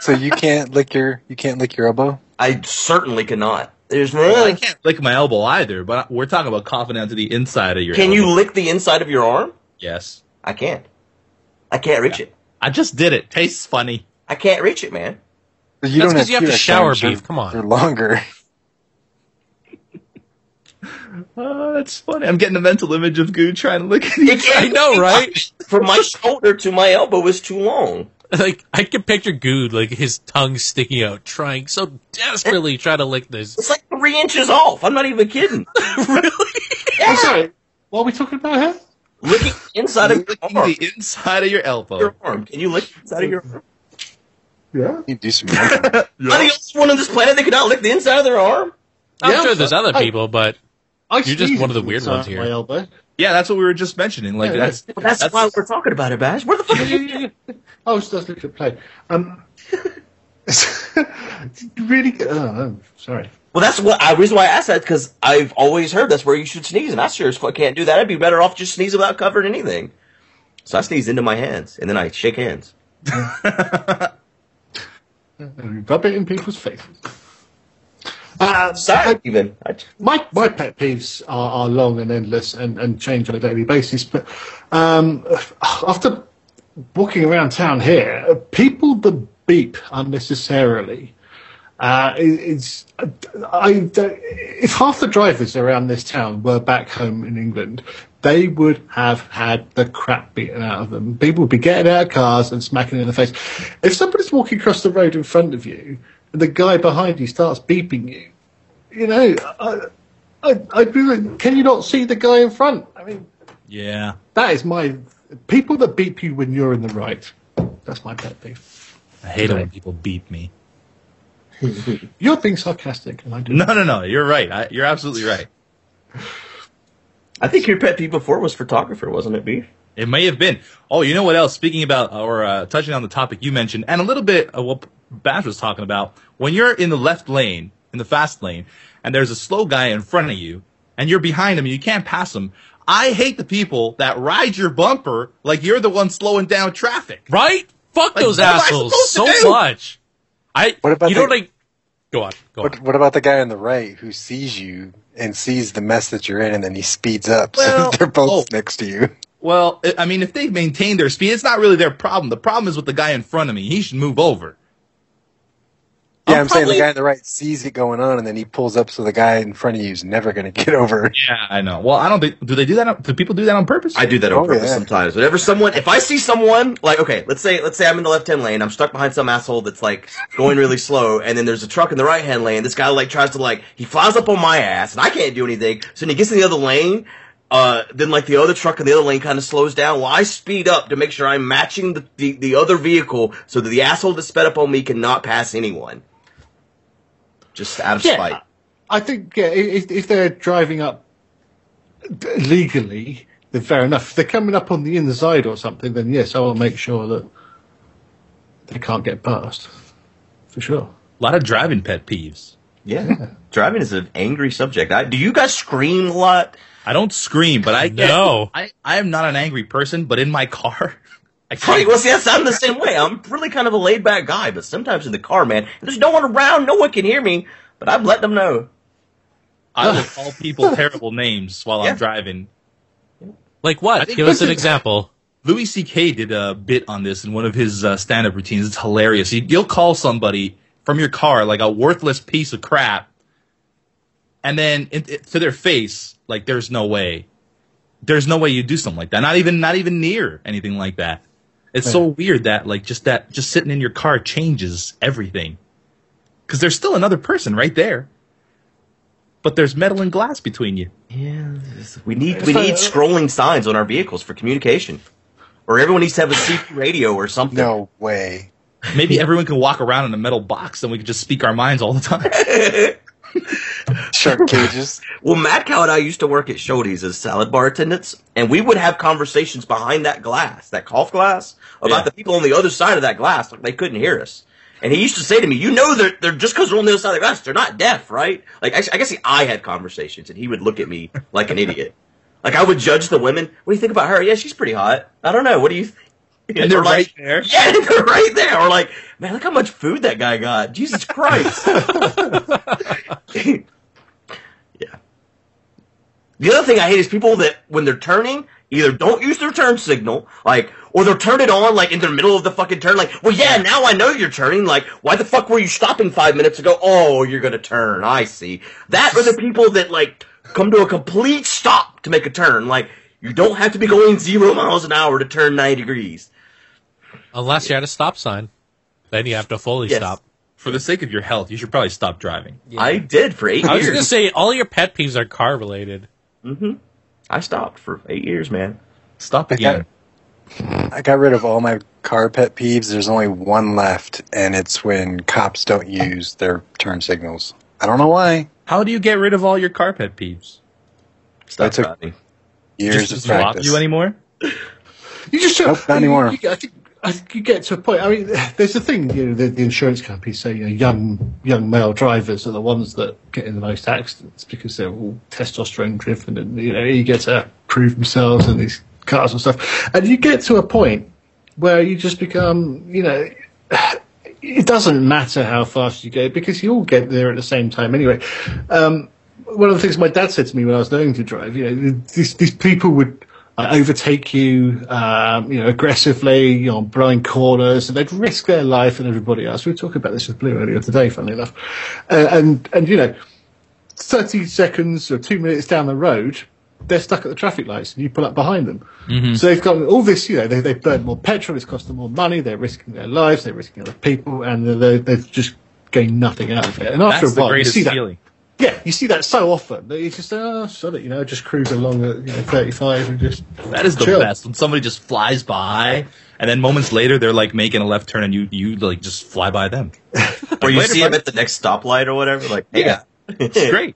F: so you can't lick your you can't lick your elbow.
D: I certainly cannot. There's
B: I
D: really.
B: can't lick my elbow either, but we're talking about coughing onto the inside of your
D: Can you
B: elbow.
D: lick the inside of your arm?
B: Yes.
D: I can't. I can't reach it.
B: I just did it. Tastes funny.
D: I can't reach it, man.
F: You
C: That's
F: don't
C: 'cause you have to
F: T-Rex
C: shower
F: arms, you're-
C: beef, come on.
F: You're longer. [LAUGHS]
B: Oh, that's funny. I'm getting a mental image of Goo trying to lick the
D: It can't-
C: I
B: [LAUGHS]
C: know, right?
D: [LAUGHS] From my shoulder to my elbow is too long.
C: like I can picture Good like his tongue sticking out, trying so desperately try to lick this.
D: It's like three inches off. I'm not even
B: [LAUGHS]
D: kidding.
C: really?
E: I'm sorry. What are we talking about here?
D: Licking the inside of your
B: licking
D: arm.
B: the inside of your elbow.
D: Your arm. Can you lick the inside of your arm?
E: Yeah.
F: You do some. work.
D: Am I the only one on this planet that could not lick the inside of their arm?
C: I'm
E: Yeah,
C: sure there's other
E: I-
C: people, but
E: I
C: You're just
E: sneezed
C: one of the weird
E: inside
C: ones here.
E: My elbow.
B: Yeah, that's what we were just mentioning. Like
E: Yeah,
B: that's,
D: That's, why we're talking about it, Bash. Where the fuck
E: Yeah,
D: are you?
E: yeah, yeah, yeah. I was just looking at play. Um, [LAUGHS] really? good- Oh, I'm sorry.
D: Well, that's what I reason why I asked that because I've always heard that's where you should sneeze, and I sure as fuck can't do that. I'd be better off just sneeze without covering anything. So I sneeze into my hands, and then I shake hands.
E: And rub it in people's faces. Uh,
D: Sorry,
E: I-
D: even. I,
E: my my pet peeves are, are long and endless and, and change on a daily basis. But um, after walking around town here, people that beep unnecessarily. Uh, it, it's I, don't- if half the drivers around this town were back home in England, they would have had the crap beaten out of them. People would be getting out of cars and smacking them in the face. If somebody's walking across the road in front of you, and the guy behind you starts beeping you, you know, I, I, I'd be like, can you not see the guy in front? I mean,
B: yeah.
E: that is my people that beep you when you're in the right. That's my pet peeve.
B: I hate it when people beat me.
E: You're being sarcastic, and I do.
B: No, no, no. You're right. I, you're absolutely right.
D: I think your pet peeve before was photographer, wasn't it, Beef?
B: It may have been. Oh, you know what else? Speaking about or uh, touching on the topic you mentioned, and a little bit of what Bash was talking about, when you're in the left lane, in the fast lane, and there's a slow guy in front of you, and you're behind him, and you can't pass him. I hate the people that ride your bumper like you're the one slowing down traffic.
C: right? Fuck
B: Like,
C: those
B: what am I
C: assholes so
B: supposed to do?
C: much. I
F: What about
C: you know
F: the-
C: what I go on, go
F: What,
C: on.
F: what about the guy on the right who sees you and sees the mess that you're in, and then he speeds up?
B: Well-
F: so they're both
B: oh.
F: next to you.
B: Well, I- I mean, if they maintain their speed, it's not really their problem. The problem is with the guy in front of me. He should move over.
F: Yeah,
B: I'll
F: I'm saying the
B: probably-
F: guy on the right sees it going on, and then he pulls up, so the guy in front of you is never going to get over. it.
B: Yeah, I know. Well, I don't think. Do they do that? On, do people do that on purpose?
D: I do that on
F: Oh,
D: purpose
F: yeah.
D: sometimes. Whenever someone, if I see someone, like okay, let's say let's say I'm in the left hand lane, I'm stuck behind some asshole that's like going really [LAUGHS] slow, and then there's a truck in the right hand lane. This guy like tries to like he flies up on my ass, and I can't do anything. So then he gets in the other lane. Uh, then like the other truck in the other lane kind of slows down while I speed up to make sure I'm matching the, the, the other vehicle so that the asshole that sped up on me cannot pass anyone. Just out of
E: Yeah.
D: spite.
E: I think yeah, i- if, if they're driving up d- legally, then fair enough. If they're coming up on the inside or something, then yes, I will make sure that they can't get past for sure.
B: A lot of driving pet peeves.
D: Yeah. Driving is an angry subject. I, do you guys scream a lot?
B: I don't scream, but I get-
C: No.
B: I, I am not an angry person, but in my car, [LAUGHS] I
D: Right.
B: can't.
D: Well, see, that's, I'm the same way. I'm really kind of a laid back guy, but sometimes in the car, man, there's no one around. No one can hear me, but I've let them know.
B: I will call
D: [LAUGHS]
B: people terrible names while
D: Yeah.
B: I'm driving.
C: Like what?
B: think
C: Give us
B: this
C: an
B: is-
C: example.
B: Louis C.K. did a bit on this in one of his uh, stand-up routines. It's hilarious. You, you'll call somebody from your car like a worthless piece of crap, and then it, it- to their face, like there's no way, there's no way you do something like that. Not even, not even near anything like that. It's so weird that like just that, just sitting in your car changes everything, because there's still another person right there, but there's metal and glass between you.
D: Yeah. We need we need scrolling signs on our vehicles for communication, or everyone needs to have a CQ radio or something.
F: No way.
B: Maybe everyone can walk around in a metal box, and we can just speak our minds all the time.
F: Shark cages.
D: Well, Mad Cow and I used to work at Shoddy's as salad bar attendants, and we would have conversations behind that glass, that cough glass, about
B: Yeah.
D: the people on the other side of that glass. Like they couldn't hear us. And he used to say to me, "You know, they're they're just because they're on the other side of the glass, they're not deaf, right?" Like actually, I guess he, I had conversations, and he would look
B: [LAUGHS]
D: at me like an idiot. Like I would judge the women. What do you think about her? Yeah, she's pretty hot. I don't know. What do you? Think?
B: And they're
D: [LAUGHS] Or like,
B: right there.
D: Yeah, they're right there. Or like, man, look how much food that guy got.
B: [LAUGHS]
D: Jesus Christ. [LAUGHS] yeah. The other thing I hate is people that when they're turning either don't use their turn signal, like, or they'll turn it on like in the middle of the fucking turn, like, well, yeah, now I know you're turning. Like, why the fuck were you stopping five minutes ago? Oh, you're gonna turn. I see. That are the people that like come to a complete stop to make a turn. Like, you don't have to be going zero miles an hour to turn ninety degrees.
C: Unless you're at a stop sign, then you have to fully
D: Yes.
C: stop.
B: for the sake of your health, you should probably stop driving.
D: I did for eight
C: I was
D: years.
C: going to say all your pet peeves are car related.
D: I stopped for eight years, man.
B: Stop
F: got
B: again.
F: I got rid of all my car pet peeves. There's only one left, and it's when cops don't use their turn signals. I don't know why.
B: How do you get rid of all your car pet peeves?
D: Stop
F: That's a-
D: driving.
F: Years
B: Just
F: of
B: doesn't bother
F: practice.
B: you anymore?
E: You just
F: Nope, not anymore.
E: You, I think I think you get to a point. I mean, there's a thing you know the, the insurance companies say you know, young young male drivers are the ones that get in the most accidents because they're all testosterone driven and you know you get to prove themselves in these cars and stuff. And you get to a point where you just become you know. [SIGHS] It doesn't matter how fast you go because you all get there at the same time anyway. Um, one of the things my dad said to me when I was learning to drive, you know, these, these people would uh, overtake you, um, you know, aggressively, you know, on blind corners, and they'd risk their life and everybody else. We were talking about this with Blue earlier today, funnily enough. Uh, and, and, you know, 30 seconds or two minutes down the road, they're stuck at the traffic lights and you pull up behind them.
B: Mm-hmm.
E: So they've got all this, you know, they, they've burned more petrol, it's cost them more money, they're risking their lives, they're risking other people, and they're, they're just getting nothing out of it. And after
B: That's
E: a while,
B: the
E: you
B: greatest
E: see that
B: feeling.
E: yeah, you see that so often that you just oh sod it, you know, just cruise along at you know thirty five and just
B: That is the
E: Chill.
B: best. When somebody just flies by, and then moments later they're like making a left turn, and you you like just fly by them.
D: Or you
B: Later,
D: see him
B: bud.
D: at the next stoplight or whatever. Like, hey,
B: Yeah.
D: guy.
B: It's great.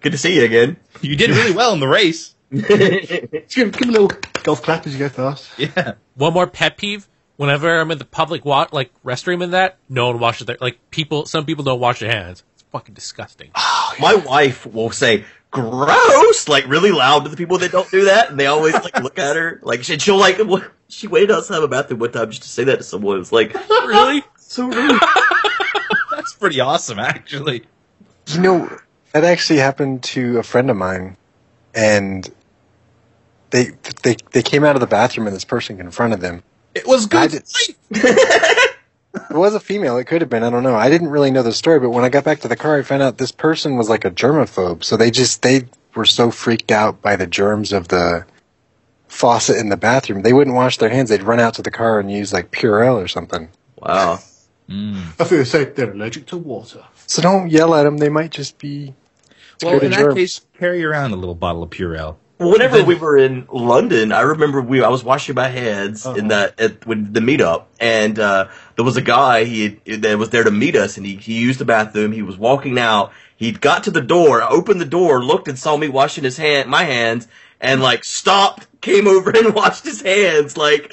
D: Good to see you again.
B: You did really well in the race.
E: Just give, give 'em a little golf clap as you go past.
B: Yeah.
C: One more pet peeve. Whenever I'm in the public wa- like restroom and that, no one washes their like people. Some people don't wash their hands. It's
B: [LAUGHS]
C: fucking disgusting.
D: My wife will say, gross, like really loud to the people that don't do that. And they always like look at her. Like, she- she'll like, w- she waited outside of a bathroom one time just to say that to someone. It's like,
C: really?
D: so rude.
B: That's pretty awesome, actually.
F: You know, that actually happened to a friend of mine, and they they they came out of the bathroom and this person confronted them.
B: It was
F: I
B: good.
F: did- it was a female. It could have been. I don't know. I didn't really know the story, but when I got back to the car, I found out this person was like a germaphobe. So they just they were so freaked out by the germs of the faucet in the bathroom, they wouldn't wash their hands. They'd run out to the car and use like Purell or something.
D: Wow.
E: I thought you said they're allergic to water.
F: So don't yell at them. They might just be.
B: Well,
F: scared
B: in
F: of
B: that
F: germs.
B: case, carry around a little bottle of Purell.
D: Whenever we were in London, I remember we I was washing my hands in
B: Uh-huh.
D: that at with the meetup, and uh, there was a guy he had- that was there to meet us, and he, he used the bathroom. He was walking out. He got to the door, opened the door, looked and saw me washing his hand, my hands, and like stopped, came over [LAUGHS] and washed his hands, like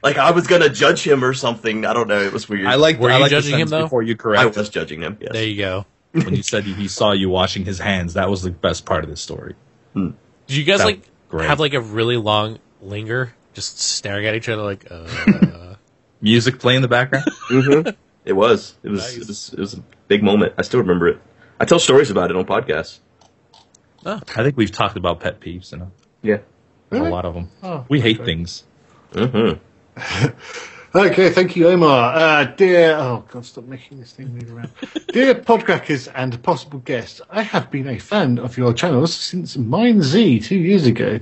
D: like I was gonna judge him or something. I don't know. It was weird.
B: I like.
C: Were
B: I
C: you
B: like the
C: judging him,
B: sentence
C: though?
B: Before you
D: I
B: correct,
D: was judging him. Yes.
C: There you go.
B: when you said he saw you washing his hands, that was the best part of this story.
C: Did you guys
B: That-
C: like
B: great.
C: have like a really long linger, just staring at each other like? Uh, [LAUGHS]
B: Music play in the background.
D: It was. It was, it was. It was a big moment. I still remember it. I tell stories about it on podcasts.
B: I think we've talked about pet peeves and
D: Yeah.
B: a, a lot of them.
E: Oh,
B: we hate things.
D: Mm-hmm.
E: Okay, thank you, Omar. Uh, dear, oh God, stop making this thing move around. dear podcrackers and possible guests, I have been a fan of your channels since Mine Z two years ago.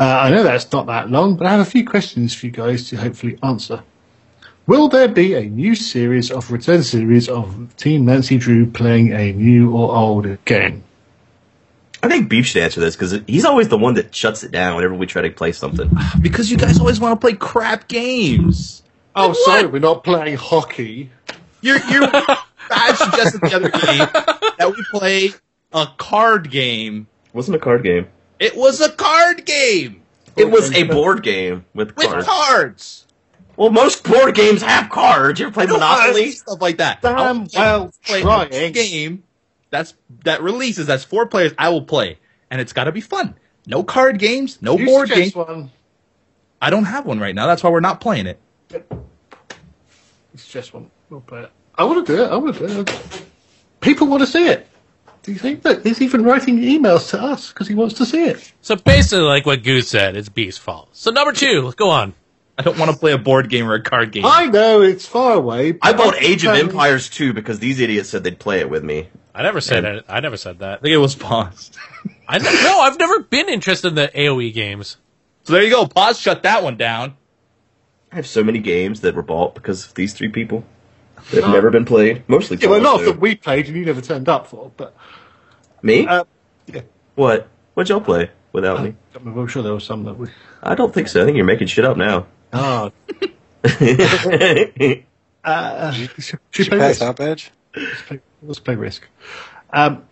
E: Uh, I know that's not that long, but I have a few questions for you guys to hopefully answer. Will there be a new series of return series of Team Nancy Drew playing a new or old game?
D: I think Beef should answer this because he's always the one that shuts it down whenever we try to play something.
B: Because you guys always want to play crap games.
E: Oh, sorry, we're not playing hockey.
B: You're
E: [LAUGHS]
B: you're. I suggested the other game that we play a card game.
D: wasn't a card game.
B: It was a card game
D: It was a board game with
B: with
D: cards.
B: cards.
D: well, most board games have cards. You ever play Monopoly?
B: stuff like that.
E: Damn
B: I'll
E: well
B: play a
E: trying.
B: game that's that releases that's four players. I will play, and it's got to be fun. No card games, no
E: You
B: board games.
E: suggest one.
B: I don't have one right now. That's why we're not playing it.
E: It's just one. We'll play it. I want to do it. I want to do it. People want to see it. Do you think that he's even writing emails to us because he wants to see it?
C: so basically, like what Goose said, it's Beast's fault. So number two, let's go on.
B: I don't want to play a board game or a card game.
E: I know it's far away.
D: I
E: but
D: bought Age of
E: um,
D: Empires 2 because these idiots said they'd play it with me.
C: I never said it. I never said that.
B: I think it was paused.
C: I ne- no, I've never been interested in the AOE games.
B: So there you go. Pause. Shut that one down.
D: I have so many games that were bought because of these three people that have never been played. Mostly
E: Yeah, well,
D: Charles,
E: not
D: though.
E: that we played and you never turned up for, but
D: me.
E: uh, yeah.
D: what? What'd y'all play without me?
E: I'm sure there was some that we.
D: I don't think so. I think you're making shit up
E: [LAUGHS]
D: now. [LAUGHS]
E: Ah,
D: I
E: Uh, should
F: Did you
E: play
F: pass
E: Risk.
F: out badge?
E: Let's play, let's play Risk. Um,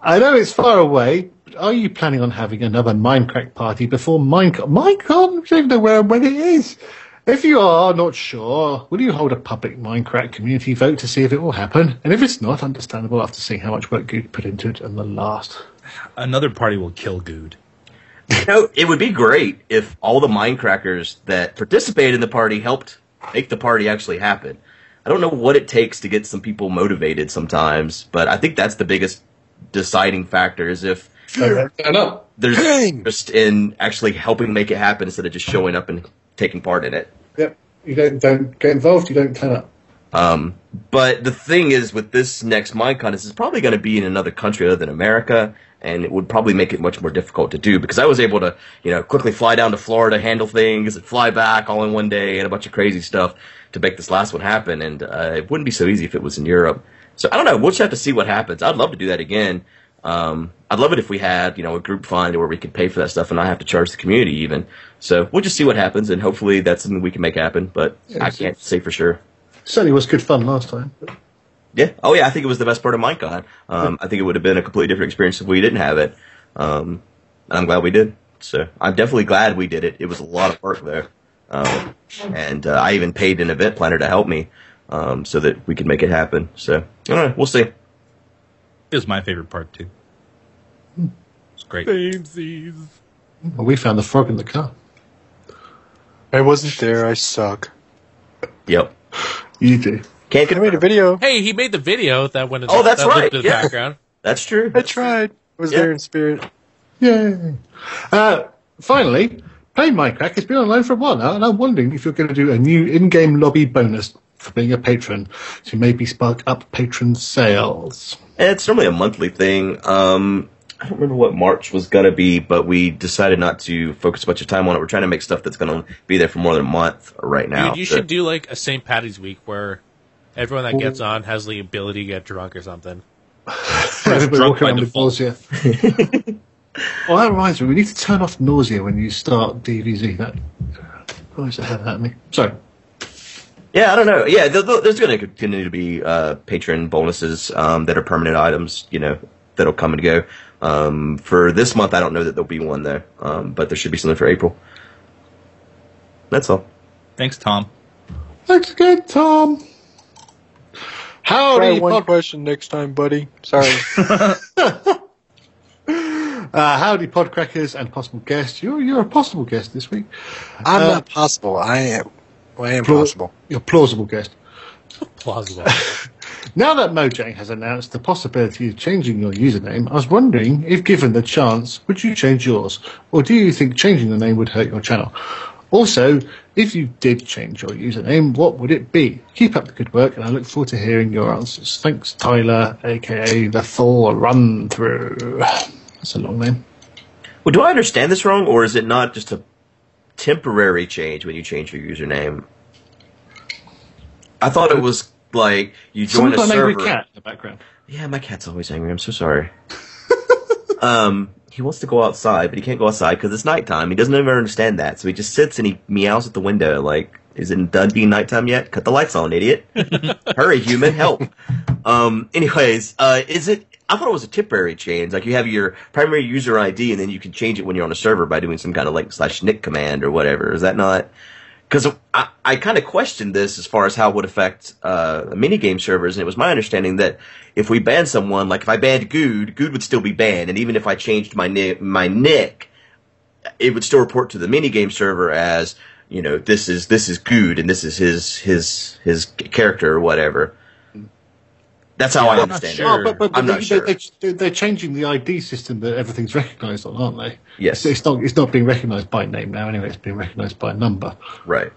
E: I know it's far away, but are you planning on having another Minecraft party before Minecraft? Minecraft? I don't even know where and when it is. If you are not sure, will you hold a public Minecraft community vote to see if it will happen? And if it's not, understandable after seeing how much work you put into it in the last.
B: Another party will kill Good.
D: know, it would be great if all the Minecrackers that participated in the party helped make the party actually happen. I don't know what it takes to get some people motivated sometimes, but I think that's the biggest deciding factor is if
G: I know.
D: there's
F: Dang.
D: interest in actually helping make it happen instead of just showing up and taking part in it.
E: Yep. You don't, don't get involved, you don't turn up.
D: Um, but the thing is, with this next Minecon, this is probably going to be in another country other than America, and it would probably make it much more difficult to do because I was able to, you know, quickly fly down to Florida, handle things, and fly back all in one day, and a bunch of crazy stuff to make this last one happen. And uh, it wouldn't be so easy if it was in Europe. So I don't know. We'll just have to see what happens. I'd love to do that again. Um, I'd love it if we had, you know, a group fund where we could pay for that stuff and not have to charge the community even. So we'll just see what happens, and hopefully that's something we can make happen. But I can't say for sure.
E: Certainly was good fun last time.
D: Yeah. Oh, yeah. I think it was the best part of Minecon. Um, I think it would have been a completely different experience if we didn't have it. Um, and I'm glad we did. So I'm definitely glad we did it. It was a lot of work there, um, and uh, I even paid an event planner to help me um, so that we could make it happen. So I don't know. We'll see.
B: Is my favorite part too. It's great.
E: Well, we found the frog in the car.
F: I wasn't there. I suck.
D: Yep.
E: You do.
D: Can't
F: I
D: get
F: made a video.
C: Hey, he made the video that went. Into,
D: Oh, that's
C: that looped
D: right,
C: In the
D: yeah.
C: background.
D: That's true.
F: I tried. I was
D: Yeah.
F: there in spirit.
E: Yay. Uh, finally, Play Minecraft has been online for a while now, and I'm wondering if you're going to do a new in game lobby bonus. for being a patron to maybe spark up patron sales.
D: It's normally a monthly thing. Um, I don't remember what March was gonna be, but we decided not to focus a bunch of time on it. We're trying to make stuff that's gonna be there for more than a month right now.
C: Dude, you
D: So-
C: should do like a St. Patty's week where everyone that gets on has the ability to get drunk or something.
E: Everybody
B: drunk
E: walking
B: by
E: around with
B: default.
E: nausea.
B: [LAUGHS]
E: well, that reminds me, we need to turn off nausea when you start DVZ. That always had that at me. Sorry.
D: Yeah, I don't know. Yeah, there- there- there's going to continue to be uh, patron bonuses um, that are permanent items. You know, that'll come and go. Um, for this month, I don't know that there'll be one though, um, but there should be something for April. That's all.
B: Thanks, Tom.
E: That's good, Tom.
F: Try
E: Howdy,
F: one
E: pod-
F: question next time, buddy. Sorry.
E: uh, howdy, podcrackers and possible guests. You're you're a possible guest this week.
F: [LAUGHS] I'm
E: Uh,
F: not possible. I am. I am
E: Plau-
F: possible.
E: You're a plausible guest.
C: Plausible.
E: Now that Mojang has announced the possibility of changing your username, I was wondering if given the chance, would you change yours? Or do you think changing the name would hurt your channel? Also, if you did change your username, what would it be? Keep up the good work, and I look forward to hearing your answers. Thanks, Tyler, aka the Thor Run Through. That's a long name.
D: Well, do I understand this wrong, or is it not just a temporary change when you change your username? I thought it was like you join
E: Someone's
D: a
E: got an
D: server.
E: angry cat in the background.
D: Yeah, my cat's always angry. I'm so sorry. [LAUGHS] um, he wants to go outside, but he can't go outside because it's nighttime. He doesn't ever understand that, so he just sits and he meows at the window like, "Is it done being nighttime yet? Cut the lights on, idiot! Hurry, human, help!" Um, anyways, uh, is it? I thought it was a temporary change. Like you have your primary user ID, and then you can change it when you're on a server by doing some kind of like slash nick command or whatever. Is that not? because I, I kind of questioned this as far as how it would affect uh, minigame servers, and it was my understanding that if we banned someone, like if I banned Good, Good would still be banned, and even if I changed my ni- my nick, it would still report to the minigame server as you know this is this is Good and this is his his his character or whatever. That's how I
B: I'm not
D: understand
B: sure.
E: Oh, but, but, but
D: I'm
E: they,
D: not sure.
E: they, they, they're changing the ID system that everything's recognised on, aren't they?
D: Yes.
E: So it's not it's not being recognised by name now. Anyway, it's being recognised by number.
D: it. Right.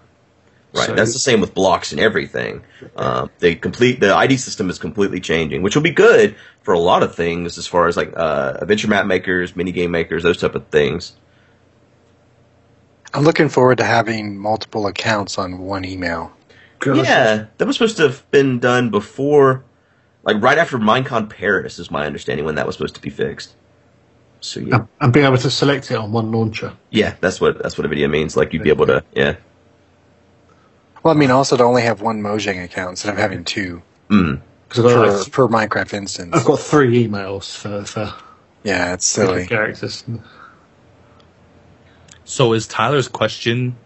D: Right.
E: So-
D: That's the same with blocks and everything. Um, they complete the ID system is completely changing, which will be good for a lot of things as far as like uh, adventure map makers, mini game makers, those type of things.
F: I'm looking forward to having multiple accounts on one email.
D: Yeah, that was supposed to have been done before, like right after Minecon Paris, is my understanding when that was supposed to be fixed. So yeah,
E: And- And being able to select it on one launcher.
D: yeah, that's what that's what a video means. Like you'd be able to, yeah.
F: Well, I mean, also to only have one Mojang account instead of having two
D: Mm.
E: Because I've, got
F: per,
E: like-
F: per Minecraft instance.
E: I've got three emails for, for
F: Yeah, it's
E: different
F: silly.
E: characters.
B: So is Tyler's question?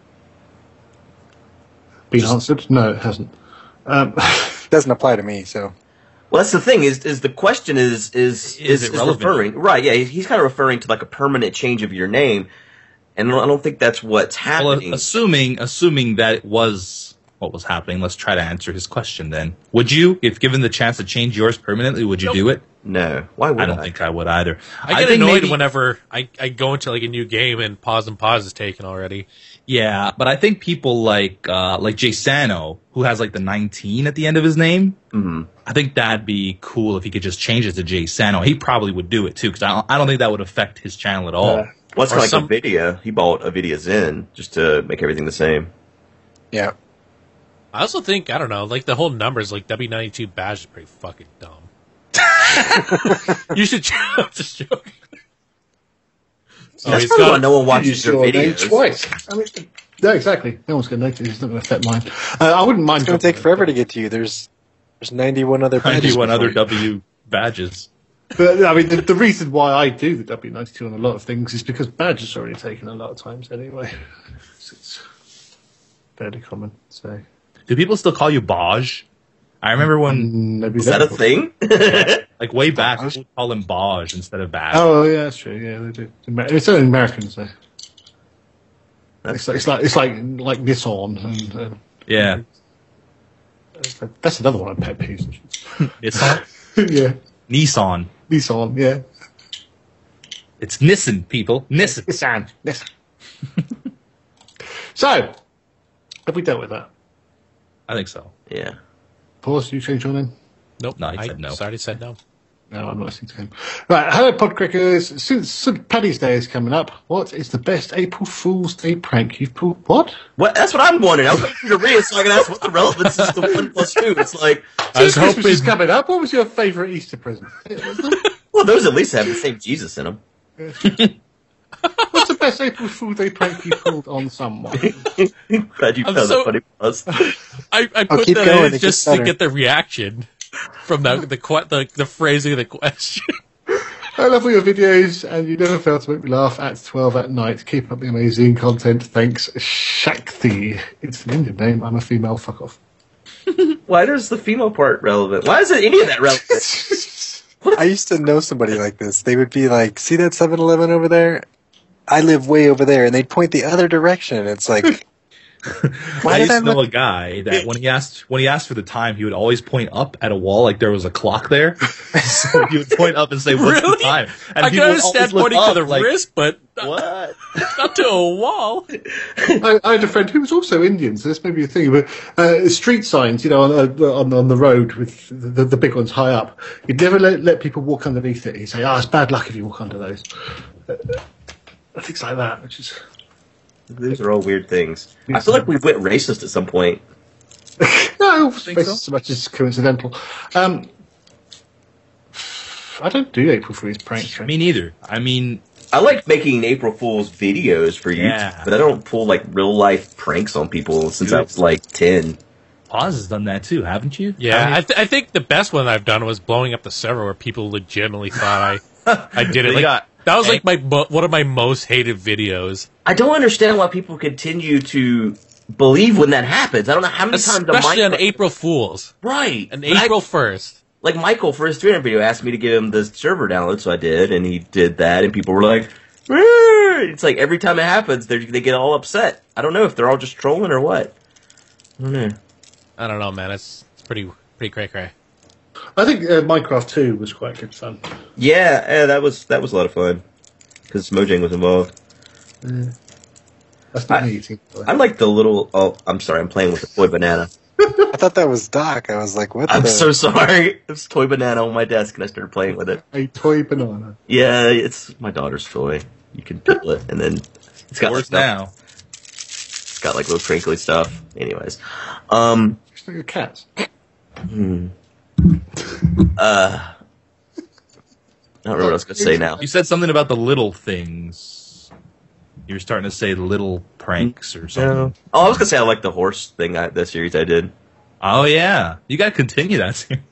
E: Been answered? No, it hasn't. Um,
F: Doesn't apply to me, so
D: Well, that's the thing is is the question is
B: Is
D: is is,
B: it
D: is
B: relevant?
D: referring right? Yeah, he's kind of referring to like a permanent change of your name, and I don't- I don't think that's what's
B: Well, uh,
D: happening.
B: assuming assuming that it was what was happening, let's try to answer his question. Then, would you, if given the chance to change yours permanently, would you do it?
D: no, why would I?
B: I don't think I would either.
C: I get
B: think
C: annoyed
B: maybe-
C: whenever I, I go into like a new game and pause and pause is taken already.
B: Yeah, but I think people like uh like Jay Sano, who has like the nineteen at the end of his name.
E: Mm-hmm.
D: Mhm.
B: I think that'd be cool if he could just change it to Jay Sano. He probably would do it too because I don't, I don't think that would affect his channel at all.
E: Yeah.
D: Well, it's
C: Or
D: kind of like
C: some-
D: a video. He bought a video Zen just to make everything the same.
F: yeah.
C: I also think I don't know, like the whole numbers like W ninety two badge is pretty fucking
B: [LAUGHS]
C: dumb. you should. [LAUGHS] ch- I'm just joking. Oh,
D: That's
C: he's
D: probably why
C: got,
D: no one watches your videos.
E: twice. I mean, no, exactly. No one's going to notice. It's not going to affect mine. Uh, I wouldn't mind.
F: It's going to take forever to get to you. There's there's 91 other badges.
B: 91 other
F: before
B: W badges.
E: But I mean, the, the reason why I do the W92 on a lot of things is because badges are already taken a lot of times anyway. [LAUGHS] It's, it's fairly common. So
B: Do people still call you Baj? I remember when,
E: maybe
D: Is that a thing? [LAUGHS]
B: like way back,
F: Baj?
B: people would call him Baj instead of Baj.
E: Oh yeah, that's true. Yeah, they do. Amer- It's only Americans though. It's like, it's like it's like like Nissan, and uh,
B: Yeah,
E: it's like- that's another one of pet peeves. [LAUGHS]
B: it's not
E: yeah,
B: Nissan.
E: Nissan. Yeah,
B: It's Nissan, people. Nissan.
E: Nissan. [LAUGHS] Nissan. so, have we dealt with that?
B: I think so.
D: Yeah.
E: Pause. You change your name.
C: Nope.
B: No, he
C: I
B: said no.
C: Sorry, said no.
F: Oh,
E: No, I'm not listening to him. Right, hello, Podcrackers. Since St. Paddy's Day is coming up, what is the best April Fool's Day prank you've pulled? What?
D: What? That's what I'm wondering. I was waiting for you to read it so I can ask what the relevance is to one plus two. It's like,
C: I was
E: Christmas
C: hoping.
E: is coming up. What was your favourite Easter present?
D: [LAUGHS] well, those at least have the same Jesus in them. [LAUGHS]
E: What's the best April Fool's Day prank you pulled on someone?
D: Glad you
C: I'm
D: found that
C: so-
D: funny. Was.
C: I, I
F: Oh,
C: put
F: keep
C: that
F: going, it
C: in
F: gets
C: just to
F: better.
C: get the reaction from the the que- the, the phrasing of the question.
E: I love all your videos, and you never fail to make me laugh at 12 at night. Keep up the amazing content. Thanks, Shakti. It's an Indian name. I'm a female. Fuck off.
D: Why does the female part relevant? Why is it any of that relevant?
F: I used to know somebody like this. They would be like, "See that 7-Eleven over there? I live way over there," and they'd point the other direction.
D: [LAUGHS]
F: It's like, why
B: I
F: did
B: used
F: I
B: to know
F: look?
B: a guy that when he asked when he asked for the time, he would always point up at a wall like there was a clock there.
C: [LAUGHS]
B: so he would point up and say, "What's
C: Really?
B: the time?" And
C: I can
B: people would always
C: understand
B: look
C: pointing to
B: up,
C: the
B: like,
C: wrist, but
D: what?
C: not to a wall.
E: I, I had a friend who was also Indian, so this may be a thing. But uh, street signs, you know, on uh, on, on the road with the, the big ones high up, you'd never let, let people walk underneath it. He'd say, "Ah, it's bad luck if you walk under those." Uh, things like that, which is
D: These are all weird things. I feel like we went racist at some point.
E: no,
B: Think so?
E: so? much as coincidental. Um, I don't do April Fool's pranks.
B: Me neither. I mean,
D: I like making April Fool's videos for YouTube,
B: Yeah.
D: but I don't pull like real life pranks on people since I was like ten.
B: Oz has done that too, haven't you?
C: Yeah, I,
B: Haven't
C: th- I think the best one I've done was blowing up the server where people legitimately thought I I did it.
B: They
C: Like,
B: got-
C: that was like my mo- one of my most hated videos,
D: I don't understand why people continue to believe when that happens. I don't know how many times a
C: especially on
D: Michael,
C: April Fools,
D: right?
C: on
D: But I-
C: April first.
D: like Michael for his 300 video asked me to give him the server download, so I did, and he did that, and people were like, "Woo!" it's like every time it happens, they they get all upset. I don't know if they're all just trolling or what. I don't know.
C: I don't know, man. It's, it's pretty pretty cray cray.
E: I think uh, Minecraft 2 was quite good fun.
D: Yeah, eh, that was that was a lot of fun because Mojang was involved.
E: That's not
D: I-
E: me eating. by the way.
D: I like the little. Oh, I'm sorry. I'm playing with a toy banana.
F: I thought that was Doc. I was like, what?
D: I'm
F: the? [LAUGHS]
D: so sorry. [LAUGHS] There's a toy banana on my desk, and I started playing with it.
E: A toy banana.
D: Yeah, it's my daughter's toy. You can peel it, and then it's got
B: Worse
D: like, little-
B: now.
D: It's got like little crinkly stuff. Anyways, um,
E: It's like a cat.
D: I don't remember what I was going to say now.
B: You said something about the little things. You were starting to say little pranks or something.
D: No. Oh, I was gonna say I like the horse thing. I, that series I did.
B: Oh yeah, you got to continue that. [LAUGHS] series.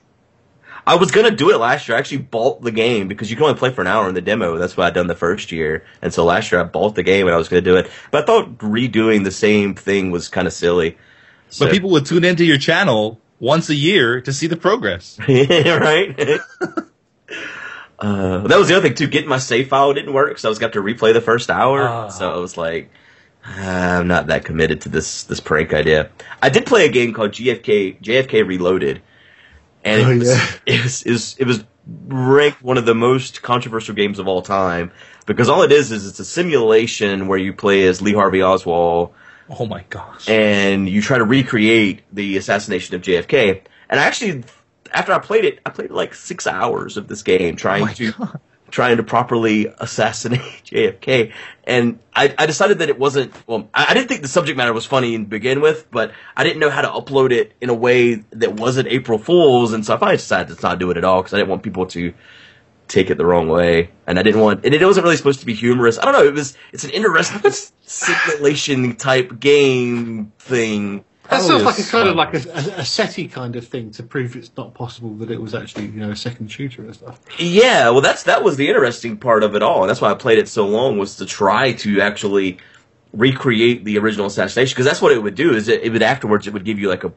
D: I was gonna do it last year. I actually bought the game because you can only play for an hour in the demo. That's what I done the first year. And so last year I bought the game and I was gonna do it. But I thought redoing the same thing was kind of silly. So-
B: But people would tune into your channel once a year to see the progress.
D: [LAUGHS] right? [LAUGHS] uh, that was the other thing too. Getting my save file didn't work, because I was gonna have to replay the first hour.
C: Ah.
D: So I was like, "Ah, I'm not that committed to this this prank idea. I did play a game called GFK JFK Reloaded, and
E: Oh,
D: it, was,
E: yeah.
D: [LAUGHS] it was it was it was ranked one of the most controversial games of all time because all it is is it's a simulation where you play as Lee Harvey Oswald
B: Oh my gosh.
D: and you try to recreate the assassination of JFK. And I actually, after I played it, I played like six hours of this game trying to trying to properly assassinate [LAUGHS] JFK. And I, I decided that it wasn't. Well, I, I didn't think the subject matter was funny to begin with, but I didn't know how to upload it in a way that wasn't April Fool's. And so I finally decided to not do it at all because I didn't want people to take it the wrong way, and I didn't want. And it wasn't really supposed to be humorous. I don't know. It was. It's an interesting simulation type game thing.
E: That
B: Probably
E: sounds
B: a
E: like a kind of
B: slug.
E: like a, a, a SETI kind of thing to prove it's not possible that it was actually you know a second shooter and stuff.
D: Yeah. Well, that's that was the interesting part of it all, and that's why I played it so long was to try to actually recreate the original assassination because that's what it would do. Is it, it would afterwards it would give you like a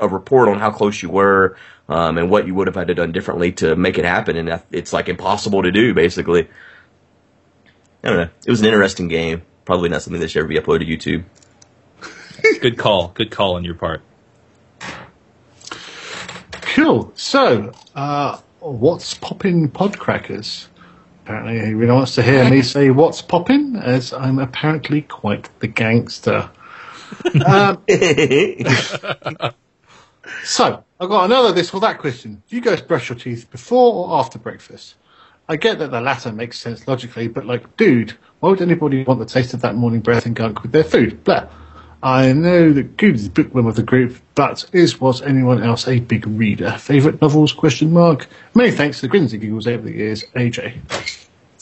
D: a report on how close you were um, and what you would have had to done differently to make it happen, and that- it's like impossible to do basically. I don't know. It was an interesting game. Probably not something that should ever be uploaded to YouTube. [LAUGHS]
B: Good call. Good call on your part.
E: Cool. So, uh, what's poppin' podcrackers? Apparently, he really wants to hear [LAUGHS] me say what's poppin', as I'm apparently quite the gangster. um, So, I've got another this or that question. Do you guys brush your teeth before or after breakfast? I get that the latter makes sense logically, but like, dude, why would anybody want the taste of that morning breath and gunk with their food? Blah. I know that Good is bookworm of the group, but is was anyone else a big reader? Favourite novels? Question mark. Many thanks to the grins and giggles over the years, AJ.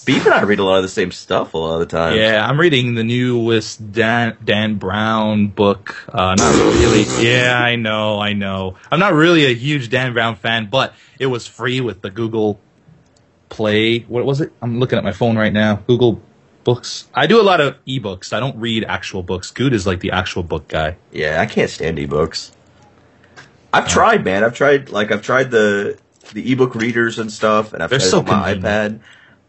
D: Beef and I read a lot of the same stuff a lot of the time.
B: Yeah, I'm reading the newest Dan, Dan Brown book. Uh, not really. Yeah, I know, I know. I'm not really a huge Dan Brown fan, but it was free with the Google Play. What was it? I'm looking at my phone right now. Google Books. I do a lot of ebooks. I don't read actual books. Good is like the actual book guy.
D: Yeah, I can't stand ebooks. I've tried, man. I've tried like I've tried the the ebook readers and stuff, and I've
B: They're
D: tried it
B: so
D: on my
B: convenient.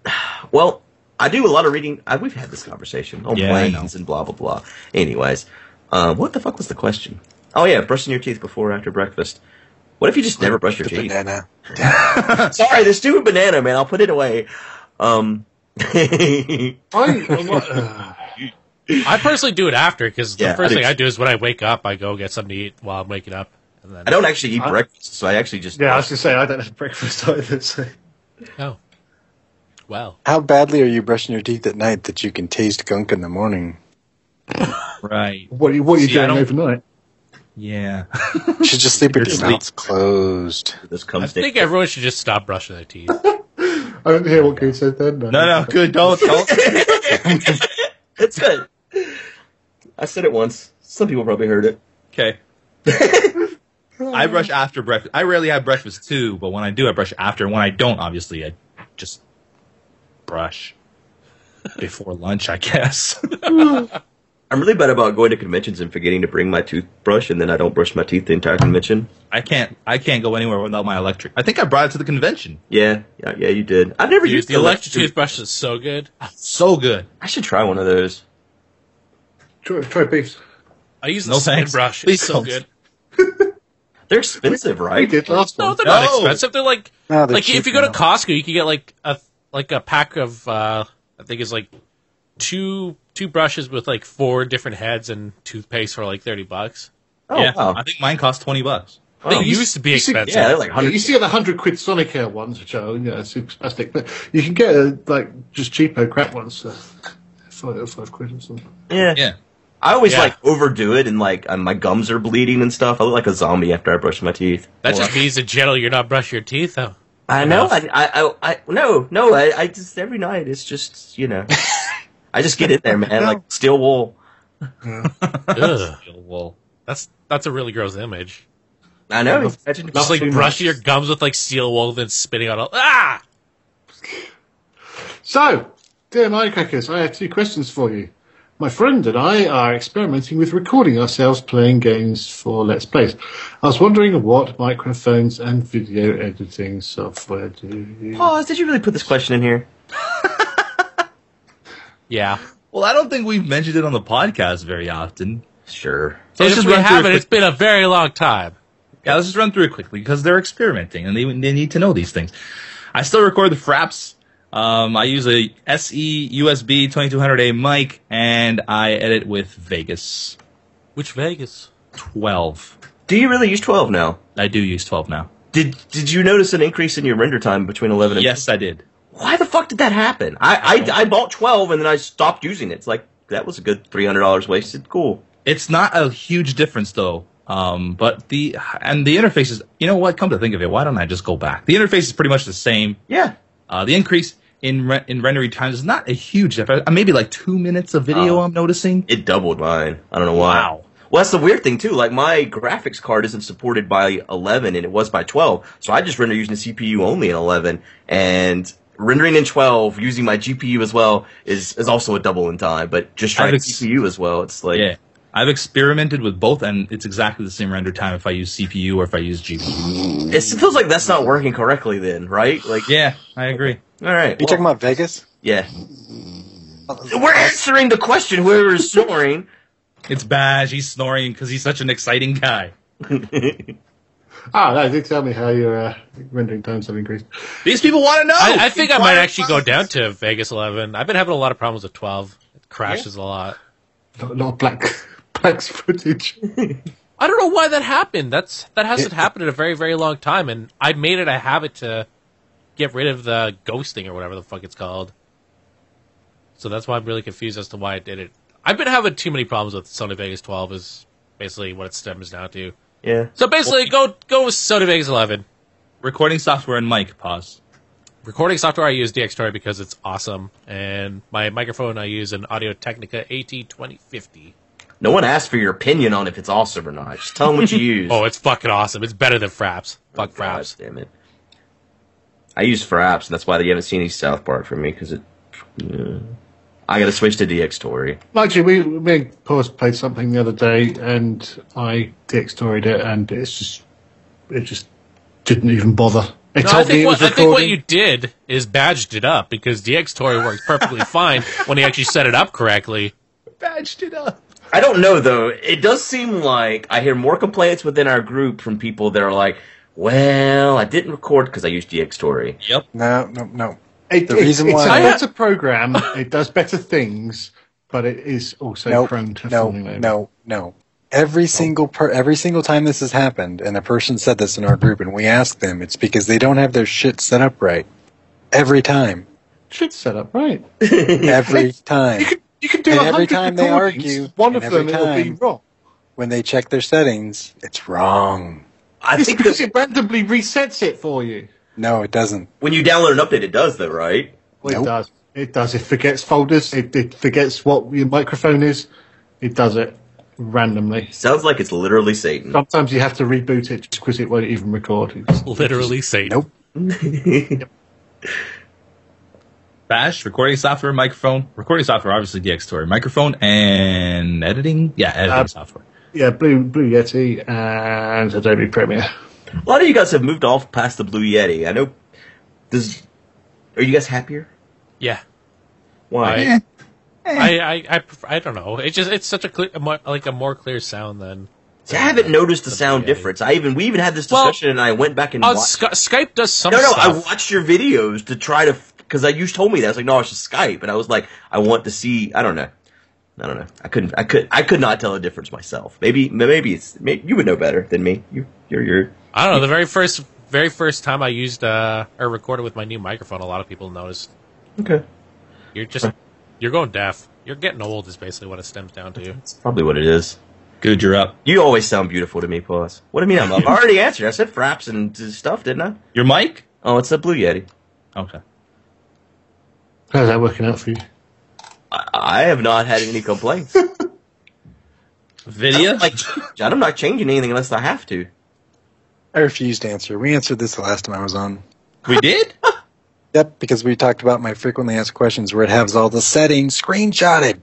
D: iPad. [SIGHS] Well, I do a lot of reading. I, we've had this conversation on
B: Yeah, I
D: planes and blah blah blah. Anyways, uh, what the fuck was the question? Oh yeah, brushing your teeth before or after breakfast. What if you just never brush your
F: The
D: teeth?
F: banana.
D: [LAUGHS] Sorry, the stupid banana, man. I'll put it away. Um, [LAUGHS]
E: I, I'm not- uh,
C: I personally do it after because the
D: Yeah,
C: first
D: I do
C: thing
D: too.
C: I do is when I wake up, I go get something to eat while I'm waking up. And then,
D: I don't actually eat
E: I-
D: breakfast, so I actually just
E: yeah, I was going to say, I don't have breakfast either. So.
C: Oh. Well,
F: How badly are you brushing your teeth at night that you can taste gunk in the morning?
B: Right.
E: What, are you- what are you
B: See, I
E: doing
B: don't-
E: overnight?
B: Yeah. [LAUGHS]
F: You should just sleep with your
B: Seriously.
F: mouth closed.
D: this
C: I
D: comes.
C: think everyone should just stop brushing their teeth.
E: I didn't hear what Good said then.
B: No, no, good. Don't, don't.
D: It's good. I said it once. Some people probably heard it.
B: Okay.
D: [LAUGHS]
B: I brush after breakfast. I rarely have breakfast too, but when I do, I brush after. When I don't, obviously, I just brush before lunch, I guess. [LAUGHS]
D: I'm really bad about going to conventions and forgetting to bring my toothbrush, and then I don't brush my teeth the entire convention.
B: I can't. I can't go anywhere without my electric. I think I brought it to the convention.
D: Yeah, yeah, yeah you did. I've never
C: Dude,
D: used
C: the electric toothbrush is so good.
B: So good.
D: I should try one of those.
E: Try, try beefs.
C: I use the
B: No
C: spin
B: thanks.
C: brush.
B: Please
C: It's so
B: don't.
C: good.
D: They're expensive,
E: We
D: right?
E: did last
C: No,
E: one.
C: they're
B: No.
C: not expensive. They're like
F: No, they're
C: like if
F: cheap
C: you go to
F: now.
C: Costco, you can get like a like a pack of uh, I think it's like two two brushes with like four different heads and toothpaste for like thirty bucks.
D: Oh,
B: yeah,
D: wow.
B: I think mine cost twenty bucks.
C: they
D: Oh, you-
C: used to be
E: you see-
C: expensive.
D: yeah, they're like
E: Yeah, you
D: hundred.
E: see the hundred quid Sonic Air ones, which are you know, super plastic, but you can get uh, like just cheapo crap ones for five or five quid or something.
D: Yeah.
B: Yeah.
D: I always
C: Yeah.
D: like overdo it, and like uh, my gums are bleeding and stuff. I look like a zombie after I brush my teeth.
C: that just means in general you're not brushing your teeth [LAUGHS] though.
D: I know. I,
C: Enough.
D: I, I, I no, no. I, I just every night it's just
C: [LAUGHS]
D: you know, I just get in there, man. Like steel wool.
C: Ugh,
B: Well,
C: that's that's a really gross image.
D: I know. Imagine
C: Just like
E: Nothing
C: brushing your
E: much.
C: gums with like steel wool, then spitting out all ah.
E: So, dear Mindcrackers, I have two questions for you. My friend and I are experimenting with recording ourselves playing games for Let's Plays. I was wondering what microphones and video editing software do you
D: Pause. Did you really put this question in here?
C: Yeah.
B: well, I don't think we've mentioned it on the podcast very often.
D: Sure.
B: So
C: and
B: let's
C: if
B: just
C: we
B: run through
C: haven't,
B: it
C: it's been a very long time.
B: Yeah, let's just run through it quickly because they're experimenting and they, they need to know these things. I still record the fraps. Um, I use a E SE USB 2200A mic and I edit with Vegas
C: Which Vegas?
B: 12.
D: Do you really use 12 now?
B: I do use 12 now.
D: Did Did you notice an increase in your render time between 11 and?
B: Yes, I did.
D: Why the fuck did that happen? I I, I bought 12 and then I stopped using it. It's like that was a good $300 wasted. Cool.
B: It's not a huge difference though. Um, but the and the interface is you know what? Come to think of it, why don't I just go back? The interface is pretty much the same.
D: Yeah.
B: Uh, the increase in re- in rendering time is not a huge difference. Uh, Maybe like two minutes of video.
D: Oh.
B: I'm noticing.
D: It doubled mine. I don't know why.
B: Wow.
D: Well, that's the weird thing too. Like my graphics card isn't supported by 11, and it was by 12. So I just render using the CPU only in 11, and rendering in 12 using my GPU as well is is also a double in time. But just trying
B: I've ex-
D: CPU as well, it's like
B: Yeah. I've experimented with both, and it's exactly the same render time if I use CPU or if I use GPU.
D: it feels like that's not working correctly. Then right? Like
B: Yeah, I agree.
D: all right.
F: Are you
D: well-
F: talking about Vegas?
D: Yeah. We're answering the question. Whoever is snoring.
B: It's Badge. He's snoring because he's such an exciting guy.
E: Ah, no, do tell me how your uh, rendering times have increased.
B: These people want to know.
C: I, I think I might
B: Inquire
C: actually go
B: about
C: down to Vegas 11. I've been having a lot of problems with 12. It crashes a lot.
E: [LAUGHS] Not, not black, black's footage.
C: I don't know why that happened. That's that hasn't happened in a very very long time, and I made it a habit to get rid of the ghosting or whatever the fuck it's called. So that's why I'm really confused as to why it did it. I've been having too many problems with Sony Vegas 12. Is basically what it stems down to.
D: Yeah.
C: So basically, go go with Sony Vegas 11.
B: Recording software and mic. Pause.
C: recording software I use DxTory because it's awesome, and my microphone I use an Audio Technica AT2050.
D: No one asked for your opinion on if it's awesome or not. Just tell them what you use.
C: Oh, it's fucking awesome! It's better than Fraps. Fuck
D: God
C: Fraps.
D: damn it. I use Fraps, and that's why you haven't seen any South Park from me because it. yeah. I got to switch to DX Tory.
E: Mind you, we me and Paul played something the other day, and I destoried it, and it's just it just didn't even bother. It
C: No, I
E: told me
C: think,
E: it
C: what,
E: was
C: I think what
E: recording.
C: you did is badged it up because DxTory works
D: [LAUGHS]
C: perfectly fine when you actually set it up correctly.
B: Badged it up.
D: I don't know though. It does seem like I hear more complaints within our group from people that are like, "Well, I didn't record because I used DX Tory."
B: Yep.
F: No, no, no.
E: It,
F: The
E: it-
F: reason
E: it's
F: why-
E: a better program. It does better things, but it is also
F: No,
E: prone
F: no,
E: to falling over.
F: no, no. Every single per- every single time this has happened, and a person said this in our group, and we asked them, it's because they don't have their shit set up right. Every time,
E: Shit set up right.
F: every time,
E: You can you can do
F: And
E: a
F: every
E: hundred
F: time they
E: recordings.
F: argue,
E: one
F: and
E: of them
F: every
E: it'll be
F: time-
E: wrong.
F: when they check their settings, it's wrong.
D: I
E: It's
D: think that
E: because it randomly resets it for you.
F: No, it doesn't.
D: when you download an update, it does though, right?
E: Well,
F: Nope.
E: It does. It does. It forgets folders. It, it forgets what your microphone is. It does it randomly.
D: Sounds like it's literally Satan.
E: Sometimes you have to reboot it just because it won't even record. It's-
C: Literally Satan.
F: Nope.
B: Bash, recording software, microphone, recording software, obviously DxTory, microphone, and editing. Yeah, editing
E: Uh,
B: software.
E: yeah, Blue Blue Yeti and Adobe Premiere.
D: A lot of you guys have moved off past the Blue Yeti. I know. Does are you guys happier?
C: Yeah. I-
D: Why?
C: I I, I, pref- I don't know. It just it's such a clear, a more, like a more clear sound than
D: See, I haven't noticed the sound
C: Yeti.
D: difference. I even we even had this
C: Well,
D: discussion, and I went back and
C: on
D: watched.
C: oh, Sky- Skype does some
D: No, no,
C: stuff.
D: I watched your videos to try to because I you told me that I was like, no, it's just Skype, and I was like, I want to see. I don't know. I don't know. I couldn't. I could. I could not tell the difference myself. Maybe. Maybe it's. Maybe you would know better than me. You. You're. You're.
C: I don't know. The very first, very first time I used uh, or recorded with my new microphone, a lot of people noticed.
D: Okay.
C: You're just, you're going deaf. You're getting old. Is basically what it stems down to.
D: That's probably what it is.
B: Good, you're up.
D: You always sound beautiful to me, Paws. What do you mean I'm up? I already answered. I said fraps and stuff, didn't I?
B: Your mic?
D: Oh, it's a Blue Yeti.
B: Okay.
E: How's that working out for you?
D: I, I have not had any [LAUGHS] complaints.
B: [LAUGHS] Video?
D: like, John, I'm not changing anything unless I have to.
F: I refuse to answer. We answered this the last time I was on.
B: we [LAUGHS] did?
F: Yep, because we talked about my frequently asked questions where it has all the settings screenshotted.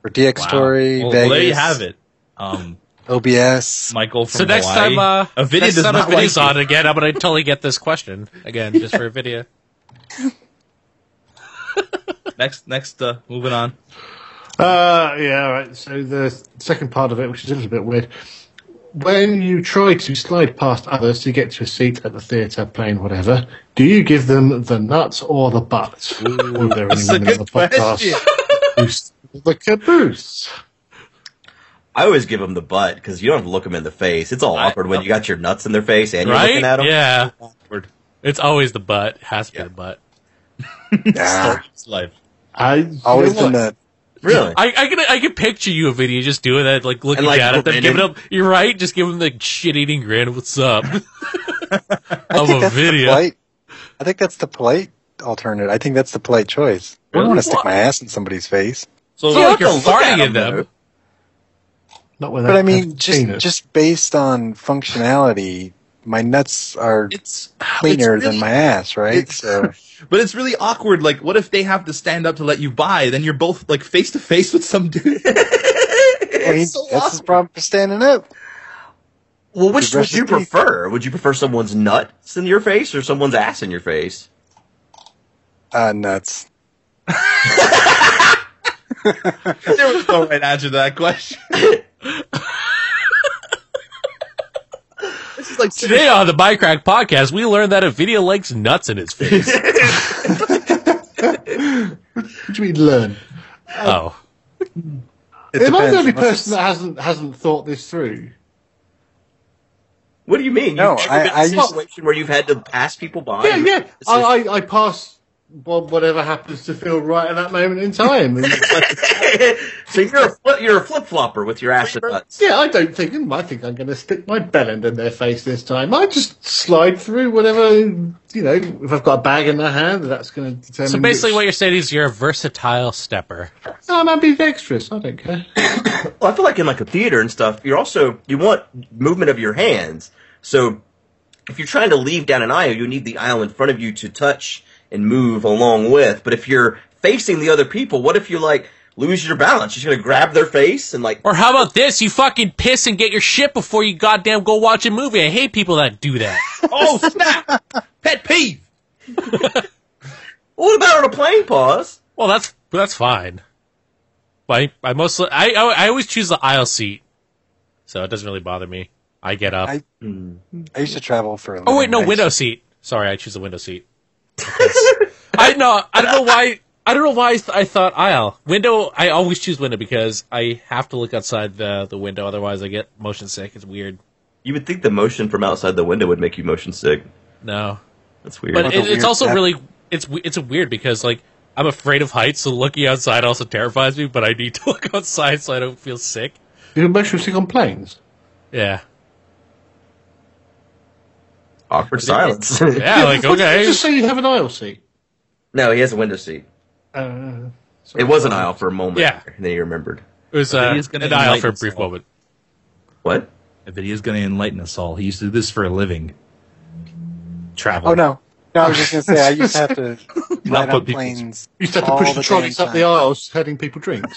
F: For DxTory,
B: Wow. Well,
F: Vegas,
B: there you have it. Um,
F: OBS.
B: Michael from
C: So next
B: Hawaii.
C: time, uh,
B: a video
C: next
B: does
C: time
B: not
C: a video's
B: like
C: on again, I'm gonna totally get this question again just for a video.
B: it. Next, next, uh, moving on.
E: Uh, yeah, all right. So the second part of it, which is a little bit weird, when you try to slide past others to get to a seat at the theatre playing whatever, do you give them the nuts or the butt? Ooh,
B: that's a good question.
E: the caboose.
D: I always give them the butt because you don't have to look them in the face. It's all
B: Right.
D: awkward when you got your nuts in their face and [LAUGHS] you're
C: Right?
D: looking at them.
C: Yeah.
B: Awkward.
C: It's always the butt. Has to be the butt.
F: Nah,
B: It's life.
E: I you
F: always
E: know
F: been
E: what?
F: the
D: Really?
C: I, I can I can picture you a video just doing that, like looking
D: And, like,
C: down at them,
D: grinning.
C: giving up. You're right, just giving them the shit eating grin. What's
D: [LAUGHS]
C: up? [LAUGHS]
F: I
C: of a
F: think [LAUGHS] that's the
C: video.
F: polite. I think that's the polite alternative. I think that's the polite choice. I don't want to stick my ass in somebody's face.
B: So,
C: It's not like
D: You
C: you're
D: have to look at
C: farting in
D: them,
C: them.
E: Not when
F: But
E: they
F: I mean,
E: have
F: just
E: penis.
F: just based on functionality, my nuts are
B: it's
F: cleaner
B: it's
F: than
B: really-
F: my ass, right?
B: it's- [LAUGHS]
F: So
B: But it's really awkward. Like, what if they have to stand up to let you by? Then you're both like face to face with some dude. [LAUGHS]
F: I mean,
B: so
F: that's his problem for standing up.
D: Well, which would
F: brush
D: you
F: his teeth.
D: prefer? Would you prefer someone's nuts in your face or someone's ass in your face?
F: Uh, nuts.
B: there was no right answer to that [LAUGHS] question. this is like
C: Today on the Minecraft podcast, we learned that a video likes nuts in his face.
E: What do you mean learn?
C: oh.
F: It
E: Am I the
F: depends.
E: only person that hasn't hasn't thought this through?
D: What do you mean?
F: No,
D: you've
F: I-
D: never been
F: I
D: in a
F: used-
D: situation where you've had to pass people by.
E: Yeah,
D: and
E: yeah.
D: make a
E: I,
D: decision?
E: I, I pass wha- whatever happens to feel right at that moment in time. [LAUGHS] And, uh,
D: [LAUGHS] so you're a flip, you're a flip flopper with your ass and nuts.
E: yeah, I don't think. hmm, I think I'm going to stick my bell end in their face this time. I just slide through whatever you know. If I've got a bag in my hand, that's going to determine.
C: So basically,
E: which-
C: what you're saying is you're a versatile stepper.
E: No, I'm ambidextrous. I
C: [LAUGHS]
E: don't care.
D: Well, I feel like in like a theater and stuff, you're also you want movement of your hands. So if you're trying to leave down an aisle, you need the aisle in front of you to touch and move along with. But if you're facing the other people, what if you like lose your balance? You're just gonna grab their face and like
C: Or how about this? You fucking piss and get your shit before you goddamn go watch a movie. I hate people that do that.
B: [LAUGHS] Oh snap! Pet peeve.
D: what about on a plane pause?
C: Well, that's that's fine. I I mostly I I, I always choose the aisle seat, so it doesn't really bother me. I get up.
F: I- I used to travel for. A
C: oh wait, no
F: living.
C: window seat. Sorry, I choose the window seat. Because- I know. I don't know why. I don't know why I th- I thought aisle window. I always choose window because I have to look outside the the window. Otherwise, I get motion sick. It's weird.
D: You would think the motion from outside the window would make you motion sick.
C: No,
D: That's weird.
C: but
F: Like
C: it,
F: a
C: it's
F: weird
C: also
F: tap-
C: really it's we- it's weird because like I'm afraid of heights, so looking outside also terrifies me. But I need to [LAUGHS] look outside so I don't feel sick.
E: You're motion sick on planes.
C: Yeah.
D: Awkward
C: [LAUGHS]
D: silence. [LAUGHS]
C: Yeah, like
E: Well,
C: okay.
E: Just say you have an aisle seat.
D: no, he has a window seat.
E: Uh,
D: It was an aisle for a moment.
C: Yeah.
D: And then he remembered.
C: It was
B: But
C: uh,
B: he is gonna
C: an aisle
B: enlighten
C: for a
B: us
C: brief
B: all.
C: moment.
D: What?
B: But he is going to enlighten us all. He used to do this for a living. Travel.
F: Oh no. No, I was just gonna say I used to have to
B: Not
F: ride on
B: put people-
F: planes.
E: you just have to
F: all
E: push the
F: the
E: trolleys
F: damn
E: up the
F: time.
E: aisles, handing people [LAUGHS] drinks.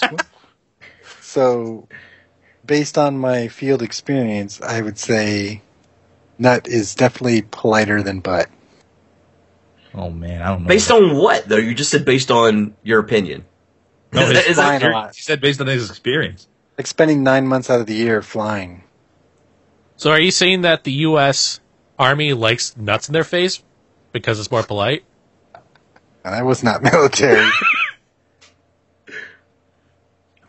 F: So, based on my field experience, I would say nut is definitely politer than butt.
B: Oh man, I don't know.
D: Based on what though? You just said based on your opinion.
B: no, his-
D: [LAUGHS] Is that
F: fine.
B: your-
F: lot.
B: he said based on his experience.
F: Like spending nine months out of the year flying.
C: So are you saying that the U.S. Army likes nuts in their face because it's more polite?
F: And I was not [LAUGHS] military.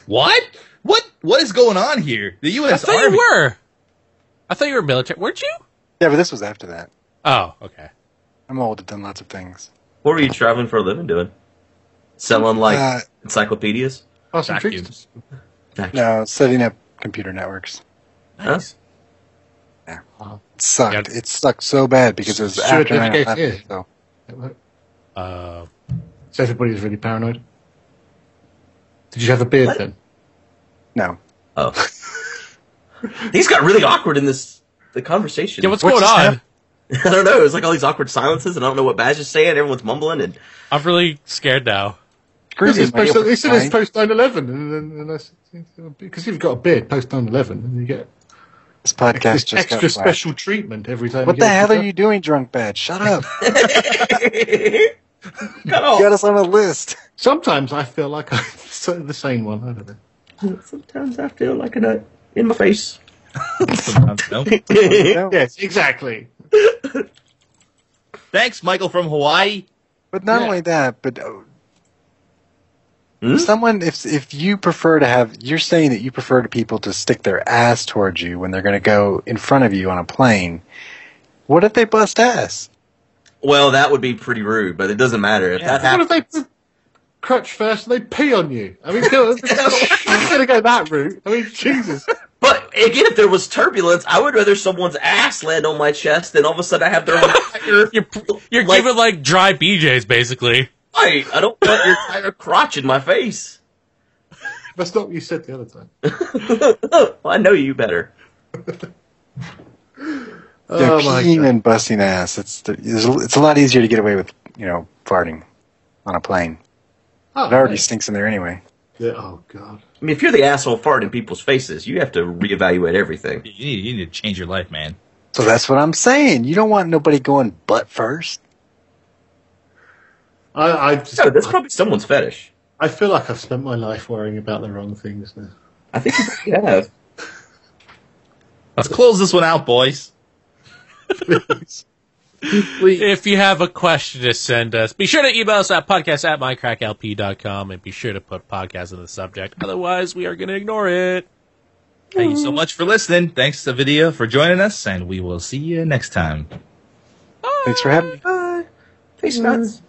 B: What? What? What is going on here? The
C: I
B: U.S.
C: thought
B: Army.
C: you were. I thought you were military. Weren't you?
F: yeah, but this was after that.
C: Oh, okay.
F: I'm old. I've done lots of things.
D: What were you traveling for a living doing? Selling like
F: Uh,
D: encyclopedias?
E: Pass some drinks.
B: Vacuums.
F: No, setting up computer networks
D: Nice.
F: it sucked.
C: Yeah.
F: It sucked so bad because it was
E: Sure,
F: after
E: that's
F: 9/11,
E: good, yeah.
F: So
C: Uh,
E: So everybody's really paranoid. Did you have a beard then?
F: no.
D: Oh. [LAUGHS] These got really awkward in this the conversation.
C: yeah, what's
F: What
C: going
F: just
C: on?
F: happened?
D: [LAUGHS] I don't know. It's like all these awkward silences, and I don't know what Badge is saying. Everyone's mumbling, and [LAUGHS]
C: I'm really scared now.
E: This is
F: Cruising
E: post,
F: radio
E: they
F: was
E: said it's
F: fine.
E: post 9 11, and then and I said, because you've got a beard post 9 11, and you get
F: This podcast
E: this
F: just got
E: extra
F: flat.
E: special treatment every time.
F: What
E: you get
F: the
E: a
F: hell are
E: picture.
F: you doing, drunk bad? Shut
E: [LAUGHS]
F: up.
D: cut
F: you
D: off.
F: got us on a list.
E: Sometimes I feel like I'm [LAUGHS] so- the same one. I don't know.
D: Sometimes I feel like a nut in my face.
B: Sometimes, no.
F: No,
E: Yes, exactly.
B: Thanks, Michael from Hawaii.
F: But not
E: Yeah.
F: only that, but uh,
D: Hmm?
F: someone if if you prefer to have you're saying that you prefer to people to stick their ass towards you when they're going to go in front of you on a plane. What if they bust ass?
D: Well, that would be pretty rude, but it doesn't matter if that
E: What
D: happens.
E: if they put crutch first and they pee on [LAUGHS] you? I mean, go- I'm going to go that route. I mean, Jesus.
D: But again, if there was turbulence, I would rather someone's ass land on my chest than all of a sudden I
C: [LAUGHS]
D: have their entire.
C: You're you're
D: Like-
C: giving like dry BJ's basically.
D: Right, I don't want your entire crotch in my face.
E: That's not what you said the other time.
D: well, I know you better.
F: They're
E: Oh, my
F: peeing
E: God.
F: and busting ass. It's the, it's a- it's a lot easier to get away with you know farting on a plane.
E: Oh,
F: It already
E: nice.
F: stinks in there anyway.
E: Yeah, oh, God.
D: I mean, if you're the asshole farting in people's faces, you have to reevaluate everything.
B: You need, you need to change your life, man.
F: So that's what I'm saying. You don't want nobody going butt first.
E: I, I, just,
D: So that's
E: I-
D: probably someone's fetish.
E: I feel like I've spent my life worrying about the wrong things now.
D: I think you probably have.
B: Let's close this one out, boys.
C: If you have a question to send us, be sure to email us at podcast at mycracklp.com and be sure to put podcast in the subject. Otherwise, we are going to ignore it.
B: Thank you so much for listening. Thanks to Vidya for joining us, and we will see you next time.
F: Thanks for having me.
D: Bye. Peace, nuts.